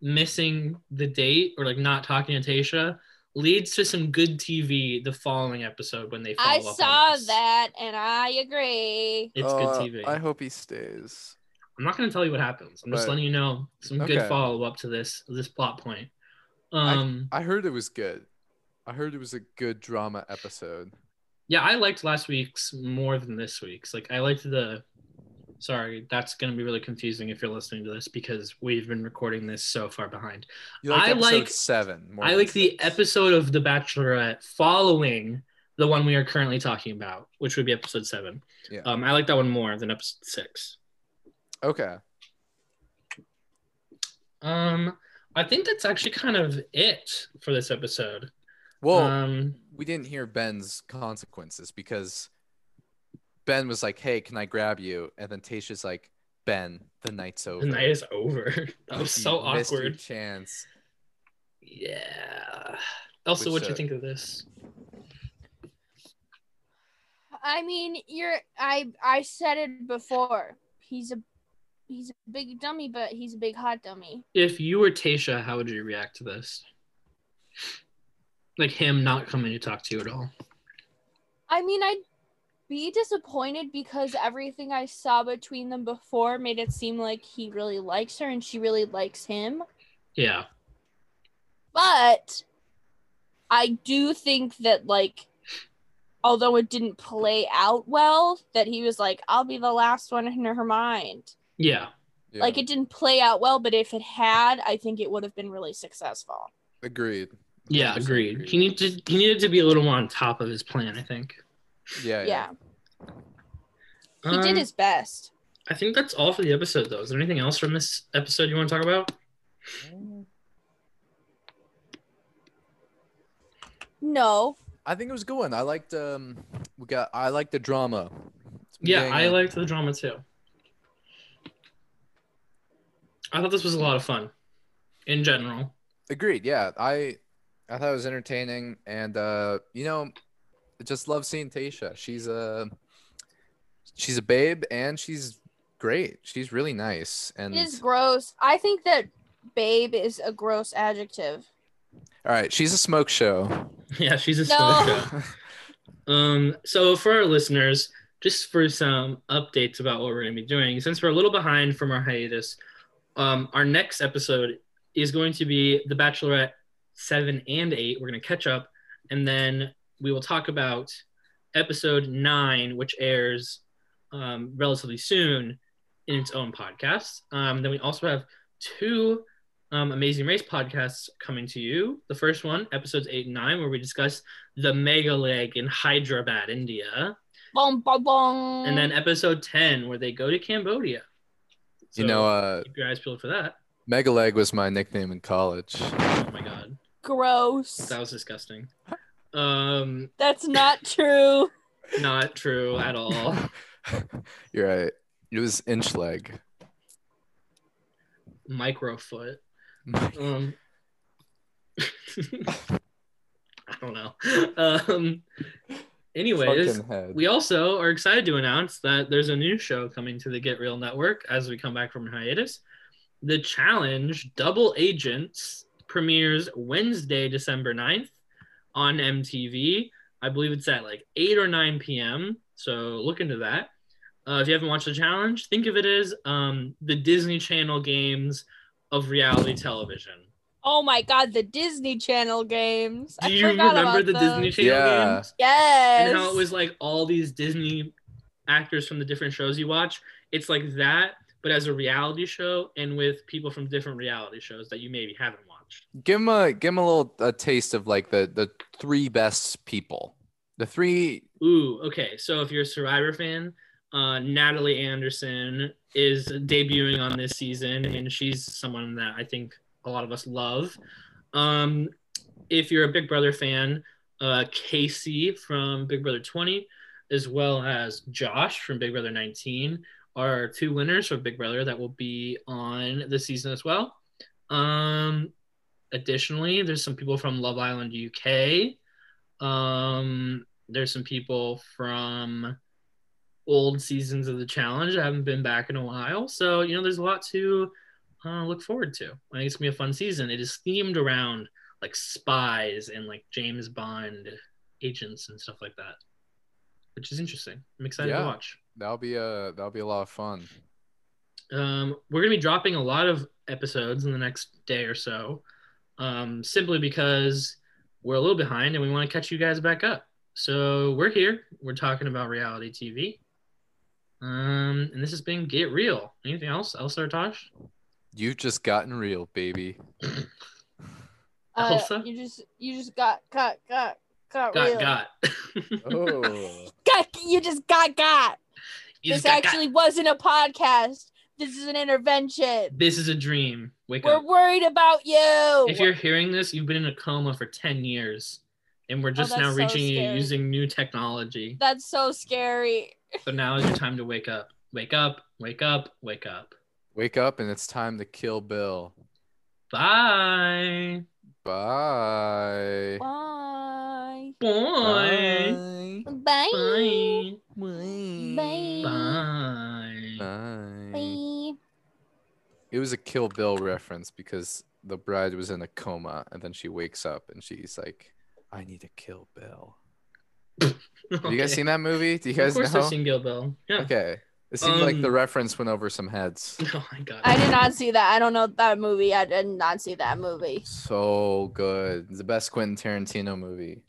[SPEAKER 1] missing the date or like not talking to Tasha leads to some good TV the following episode when they follow
[SPEAKER 3] I
[SPEAKER 1] up on
[SPEAKER 3] saw
[SPEAKER 1] this.
[SPEAKER 3] that and I agree.
[SPEAKER 1] It's
[SPEAKER 2] Uh,
[SPEAKER 1] good TV.
[SPEAKER 2] I
[SPEAKER 1] I
[SPEAKER 2] hope he stays.
[SPEAKER 1] am not gonna tell you what happens. I'm just
[SPEAKER 2] Right.
[SPEAKER 1] letting you know some good
[SPEAKER 2] Okay.
[SPEAKER 1] follow up to this this plot point. Um
[SPEAKER 2] I heard it was good. I heard it was a good drama episode.
[SPEAKER 1] yeah, I liked last week's more than this week's. Like I liked the sorry, that's gonna be really confusing if you're listening to this because we've been recording this so far behind.
[SPEAKER 2] You
[SPEAKER 1] I
[SPEAKER 2] like episode
[SPEAKER 1] like-
[SPEAKER 2] seven. More
[SPEAKER 1] I
[SPEAKER 2] than
[SPEAKER 1] like the
[SPEAKER 2] six.
[SPEAKER 1] episode of The Bachelorette following the one we are currently talking about, which would be episode seven.
[SPEAKER 2] Yeah.
[SPEAKER 1] Um, I like that one more than episode six.
[SPEAKER 2] Okay.
[SPEAKER 1] Um, I think that's actually kind of it for this episode.
[SPEAKER 2] Well,
[SPEAKER 1] um,
[SPEAKER 2] we didn't hear Ben's consequences because Ben was like, "Hey, can I grab you?" And then Tasha's like, "Ben, the night's over."
[SPEAKER 1] the night is over. that was
[SPEAKER 2] You
[SPEAKER 1] so
[SPEAKER 2] missed your
[SPEAKER 1] awkward.
[SPEAKER 2] chance.
[SPEAKER 1] Yeah. Also, what
[SPEAKER 2] Which,
[SPEAKER 1] do you
[SPEAKER 2] uh,
[SPEAKER 1] think of this?
[SPEAKER 3] I mean, you're I I said it before. He's a he's a big dummy, but he's a big hot dummy.
[SPEAKER 1] If you were Tasha, how would you react to this? Like him not coming to talk to you at all.
[SPEAKER 3] I mean, I'd be disappointed because everything I saw between them before made it seem like he really likes her and she really likes him.
[SPEAKER 1] Yeah.
[SPEAKER 3] But I do think that, like, although it didn't play out well, that he was like, I'll be the last one in her mind.
[SPEAKER 1] Yeah.
[SPEAKER 2] Yeah,
[SPEAKER 3] Like, it didn't play out well, but if it had, I think it would have been really successful.
[SPEAKER 2] agreed.
[SPEAKER 1] Yeah,
[SPEAKER 2] 100%
[SPEAKER 1] agreed. He needed to, he needed to be a little more on top of his plan, I think.
[SPEAKER 2] Yeah,
[SPEAKER 3] Yeah.
[SPEAKER 2] yeah.
[SPEAKER 3] He
[SPEAKER 1] Um,
[SPEAKER 3] did his best.
[SPEAKER 1] I think that's all for the episode, though. Is there anything else from this episode you want to talk about?
[SPEAKER 3] No.
[SPEAKER 2] I think it was a good one. I liked um we got I liked the drama. It's been
[SPEAKER 1] Yeah,
[SPEAKER 2] getting,
[SPEAKER 1] I
[SPEAKER 2] uh,
[SPEAKER 1] liked the drama too. I thought this was a lot of fun, in general.
[SPEAKER 2] agreed. Yeah, I I thought it was entertaining and uh you know I just love seeing Tasha. She's a she's a babe and she's great. She's really nice and
[SPEAKER 3] It is gross. I think that babe is a gross adjective.
[SPEAKER 2] all right, she's a smoke show.
[SPEAKER 1] Yeah, she's a
[SPEAKER 3] No.
[SPEAKER 1] smoke show. Um, so for our listeners, just for some updates about what we're going to be doing, since we're a little behind from our hiatus, um, our next episode is going to be The Bachelorette seven and eight. We're going to catch up, and then we will talk about episode nine, which airs um, relatively soon in its own podcast. Um, then we also have two um, Amazing Race podcasts coming to you. The first one, episodes eight and nine, where we discuss the mega leg in Hyderabad, India,
[SPEAKER 3] Boom, boom, boom.
[SPEAKER 1] and then episode ten, where they go to Cambodia.
[SPEAKER 2] you know, uh
[SPEAKER 1] keep your eyes peeled for that.
[SPEAKER 2] Megaleg was my nickname in college.
[SPEAKER 1] Oh my god,
[SPEAKER 3] gross.
[SPEAKER 1] that was disgusting. Um,
[SPEAKER 3] That's not true.
[SPEAKER 1] not true at all.
[SPEAKER 2] You're right. It was inch leg.
[SPEAKER 1] Microfoot. Um, I don't know. Um, anyways,
[SPEAKER 2] Fucking head.
[SPEAKER 1] we also are excited to announce that there's a new show coming to the Get Real Network as we come back from hiatus. The Challenge Double Agents premieres Wednesday, December 9th on MTV. I believe it's at like 8 or 9 p.m. So look into that. Uh, if you haven't watched The Challenge, think of it as um, the Disney Channel games of reality television.
[SPEAKER 3] Oh my god, the Disney Channel games.
[SPEAKER 1] Do
[SPEAKER 3] I
[SPEAKER 1] you
[SPEAKER 3] forgot
[SPEAKER 1] remember
[SPEAKER 3] about
[SPEAKER 1] the
[SPEAKER 3] those.
[SPEAKER 1] Disney Channel
[SPEAKER 2] Yeah.
[SPEAKER 1] games?
[SPEAKER 3] Yes.
[SPEAKER 1] and how it was like all these Disney actors from the different shows you watch. It's like that, but as a reality show and with people from different reality shows that you maybe haven't watched.
[SPEAKER 2] give him a give him a little a taste of like the the three best people the three
[SPEAKER 1] Ooh, okay. So if you're a Survivor fan, uh, Natalie Anderson is debuting on this season, and she's someone that I think a lot of us love. Um, if you're a Big Brother fan, uh, Casey from Big Brother 20, as well as Josh from Big Brother 19, are two winners from Big Brother that will be on the season as well. Um, additionally, there's some people from Love Island UK. Um, there's some people from old seasons of the challenge that haven't been back in a while. So, you know, there's a lot to uh, look forward to. I think it's going to be a fun season. It is themed around like spies and like James Bond agents and stuff like that, which is interesting. I'm excited
[SPEAKER 2] Yeah.
[SPEAKER 1] to watch.
[SPEAKER 2] that'll be a that'll be a lot of fun
[SPEAKER 1] Um, we're going to be dropping a lot of episodes in the next day or so, um, simply because we're a little behind and we want to catch you guys back up. So we're here. We're talking about reality TV. Um, and this has been Get Real. Anything else, Elsa or Tosh?
[SPEAKER 2] you've just gotten real baby
[SPEAKER 3] Uh,
[SPEAKER 1] Elsa?
[SPEAKER 3] You just you just got got got got
[SPEAKER 1] Got,
[SPEAKER 3] real.
[SPEAKER 1] got. You
[SPEAKER 2] oh
[SPEAKER 3] Got- you just got got.
[SPEAKER 1] just
[SPEAKER 3] this
[SPEAKER 1] got, got.
[SPEAKER 3] actually wasn't a podcast. This is an intervention.
[SPEAKER 1] This is a dream. Wake
[SPEAKER 3] We're
[SPEAKER 1] up.
[SPEAKER 3] worried about you.
[SPEAKER 1] If you're hearing this, you've been in a coma for 10 years. And we're just
[SPEAKER 3] Oh, that's
[SPEAKER 1] now
[SPEAKER 3] so
[SPEAKER 1] reaching you
[SPEAKER 3] scary.
[SPEAKER 1] using new technology.
[SPEAKER 3] That's so scary.
[SPEAKER 1] So now is your time to wake up. Wake up, wake up, wake up.
[SPEAKER 2] wake up and it's time to kill bill
[SPEAKER 1] Bye.
[SPEAKER 2] bye
[SPEAKER 3] Bye.
[SPEAKER 1] Bye.
[SPEAKER 3] Bye.
[SPEAKER 1] Bye.
[SPEAKER 3] Bye.
[SPEAKER 2] Uh,
[SPEAKER 1] Bye.
[SPEAKER 2] bye
[SPEAKER 3] Bye.
[SPEAKER 2] it was a kill bill reference because the bride was in a coma and then she wakes up and she's like i need to kill bill Have you guys seen that movie? Do you guys
[SPEAKER 1] Of course,
[SPEAKER 2] know?
[SPEAKER 1] I've seen Gil Bill. Yeah.
[SPEAKER 2] Okay. It seemed like the
[SPEAKER 1] Um,
[SPEAKER 2] reference went over some heads.
[SPEAKER 1] Oh my god.
[SPEAKER 3] I did not see that. I don't know that movie. I did not see that movie.
[SPEAKER 2] So good. The best Quentin Tarantino movie.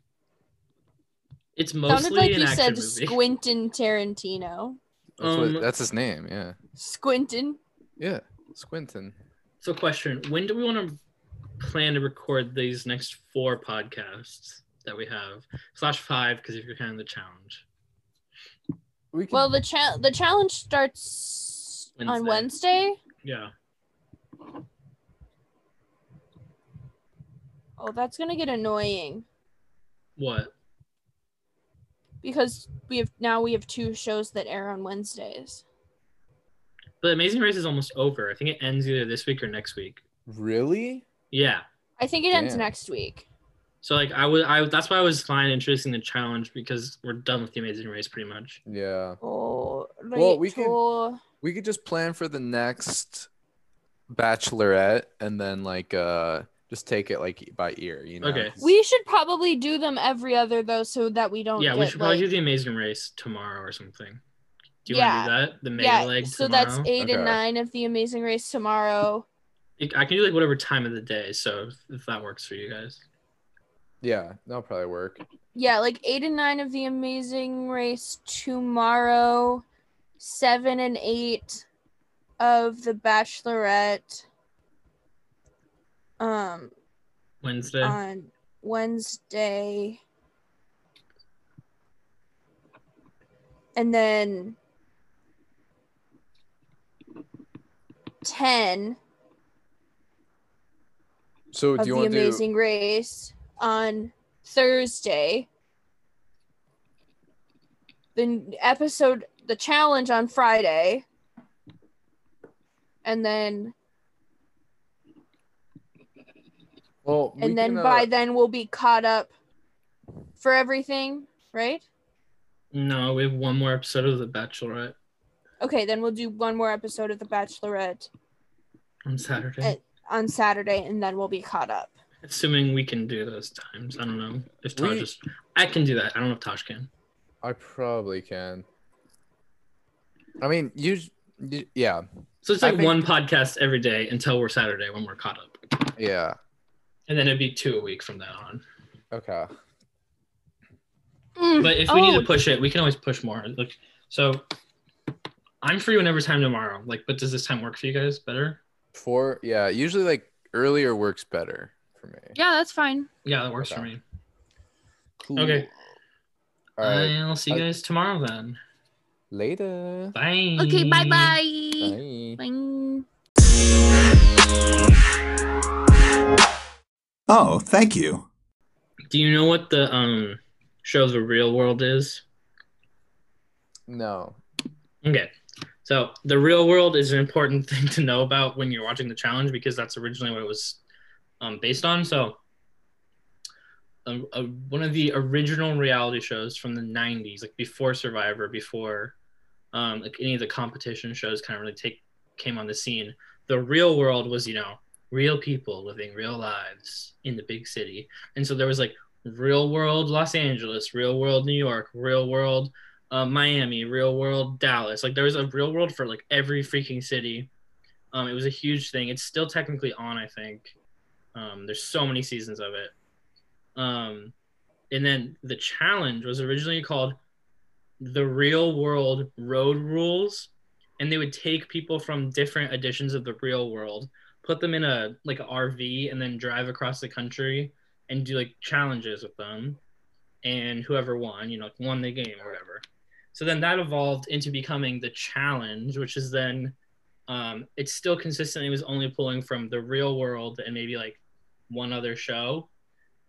[SPEAKER 1] It's mostly
[SPEAKER 3] Sounded like
[SPEAKER 1] an
[SPEAKER 3] you
[SPEAKER 1] action
[SPEAKER 3] said
[SPEAKER 1] movie.
[SPEAKER 3] Squintin Tarantino.
[SPEAKER 2] That's,
[SPEAKER 1] Um,
[SPEAKER 2] what, that's his name. Yeah.
[SPEAKER 3] Squintin.
[SPEAKER 2] Yeah. Squinton.
[SPEAKER 1] so, question: When do we want to plan to record these next four podcasts that we have, slash five, because if you're counting the challenge?
[SPEAKER 4] We can,
[SPEAKER 3] Well, the cha- the challenge starts on Wednesday.
[SPEAKER 1] Yeah.
[SPEAKER 3] Oh, that's gonna get annoying
[SPEAKER 1] What?
[SPEAKER 3] because we have now we have two shows that air on Wednesdays.
[SPEAKER 1] The Amazing Race is almost over. I think it ends either this week or next week.
[SPEAKER 4] really?
[SPEAKER 1] Yeah.
[SPEAKER 3] I think it ends
[SPEAKER 2] Damn.
[SPEAKER 3] next week.
[SPEAKER 1] So like I would I that's why I was fine introducing the challenge because we're done with the Amazing Race pretty much.
[SPEAKER 4] Yeah.
[SPEAKER 3] Oh,
[SPEAKER 4] Well, we can-
[SPEAKER 3] Rachel.
[SPEAKER 2] We could just plan for the next Bachelorette and then like uh just take it like by ear, you know.
[SPEAKER 1] Okay.
[SPEAKER 3] We should probably do them every other though, so that we don't.
[SPEAKER 1] yeah,
[SPEAKER 3] get,
[SPEAKER 1] we should probably
[SPEAKER 3] Oh, like-
[SPEAKER 1] do the Amazing Race tomorrow or something. Do you
[SPEAKER 3] Yeah.
[SPEAKER 1] want to do that? The mega
[SPEAKER 3] Yeah,
[SPEAKER 1] leg
[SPEAKER 3] so
[SPEAKER 1] tomorrow.
[SPEAKER 3] that's eight
[SPEAKER 2] Okay.
[SPEAKER 3] and nine of the Amazing Race tomorrow.
[SPEAKER 1] It- I can do like whatever time of the day, so if- if that works for you guys.
[SPEAKER 2] Yeah, that'll probably work.
[SPEAKER 3] Yeah, like eight and nine of the Amazing Race tomorrow, seven and eight of the Bachelorette. Um,
[SPEAKER 1] Wednesday.
[SPEAKER 3] on Wednesday. And then 10
[SPEAKER 2] So
[SPEAKER 3] of
[SPEAKER 2] do you
[SPEAKER 3] the
[SPEAKER 2] want to
[SPEAKER 3] Amazing Race on Thursday. Then episode the challenge on Friday. And then
[SPEAKER 2] well, we
[SPEAKER 3] and then
[SPEAKER 2] can, uh,
[SPEAKER 3] by then we'll be caught up for everything, right?
[SPEAKER 1] no, we have one more episode of The Bachelorette
[SPEAKER 3] Okay, then we'll do one more episode of The Bachelorette
[SPEAKER 1] on Saturday.
[SPEAKER 3] Uh, on Saturday, and then we'll be caught up.
[SPEAKER 1] Assuming we can do those times. I don't know if Tosh
[SPEAKER 2] We-
[SPEAKER 1] is. I can do that. I don't know if Tosh can.
[SPEAKER 2] I probably can. I mean, you, you yeah,
[SPEAKER 1] So it's
[SPEAKER 2] I
[SPEAKER 1] like
[SPEAKER 2] think-
[SPEAKER 1] one podcast every day until we're Saturday when we're caught up,
[SPEAKER 2] yeah.
[SPEAKER 1] and then it'd be two a week from that on.
[SPEAKER 2] Okay.
[SPEAKER 3] Mm.
[SPEAKER 1] But if we need to push it, we can always push more. Like so, I'm free whenever time tomorrow. Like, but does this time work for you guys better?
[SPEAKER 2] Four, yeah, usually like earlier works better for me.
[SPEAKER 3] yeah, that's fine.
[SPEAKER 1] Yeah, that works for
[SPEAKER 2] Okay.
[SPEAKER 1] me. Okay.
[SPEAKER 2] All right.
[SPEAKER 1] I'll see you
[SPEAKER 2] I-
[SPEAKER 1] guys tomorrow then.
[SPEAKER 2] Later.
[SPEAKER 1] Bye.
[SPEAKER 3] Okay, bye bye.
[SPEAKER 2] Bye.
[SPEAKER 3] Bye.
[SPEAKER 5] Oh, thank you.
[SPEAKER 1] Do you know what the um show The Real World is?
[SPEAKER 2] No.
[SPEAKER 1] Okay. So the real world is an important thing to know about when you're watching the challenge because that's originally what it was um, based on. So um, uh, one of the original reality shows from the 90s, like before Survivor, before um, like any of the competition shows kind of really take came on the scene. The real world was, you know, real people living real lives in the big city. And so there was like real world Los Angeles, real world New York, real world uh, Miami, real world Dallas. Like there was a real world for like every freaking city. Um, it was a huge thing. It's still technically on, I think. Um, there's so many seasons of it. Um, and then the challenge was originally called the Real World Road Rules, and they would take people from different editions of the Real World, put them in a like a RV, and then drive across the country and do like challenges with them. And whoever won, you know, won the game or whatever. So then that evolved into becoming the challenge, which is then um, it still consistently was only pulling from the real world and maybe like one other show.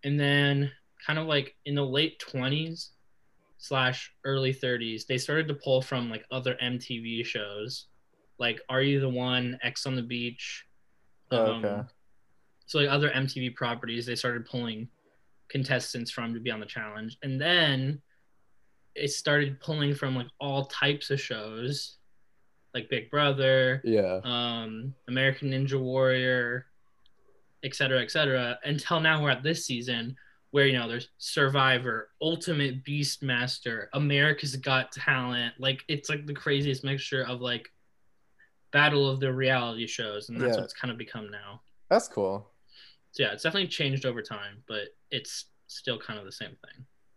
[SPEAKER 1] And then kind of like in the late 20s slash early 30s, they started to pull from like other MTV shows, like Are You the One, X on the Beach. um,
[SPEAKER 2] Oh, okay.
[SPEAKER 1] So like other MTV properties, they started pulling contestants from to be on the challenge. And then it started pulling from like all types of shows like big brother
[SPEAKER 2] Yeah.
[SPEAKER 1] um american ninja warrior et cetera, et cetera, until now we're at this season where you know there's Survivor, Ultimate Beastmaster, America's Got Talent. Like it's like the craziest mixture of like battle of the reality shows, and that's
[SPEAKER 4] Yeah.
[SPEAKER 1] what it's kind of become now.
[SPEAKER 4] That's cool.
[SPEAKER 1] So yeah, it's definitely changed over time, but it's still kind of the same thing.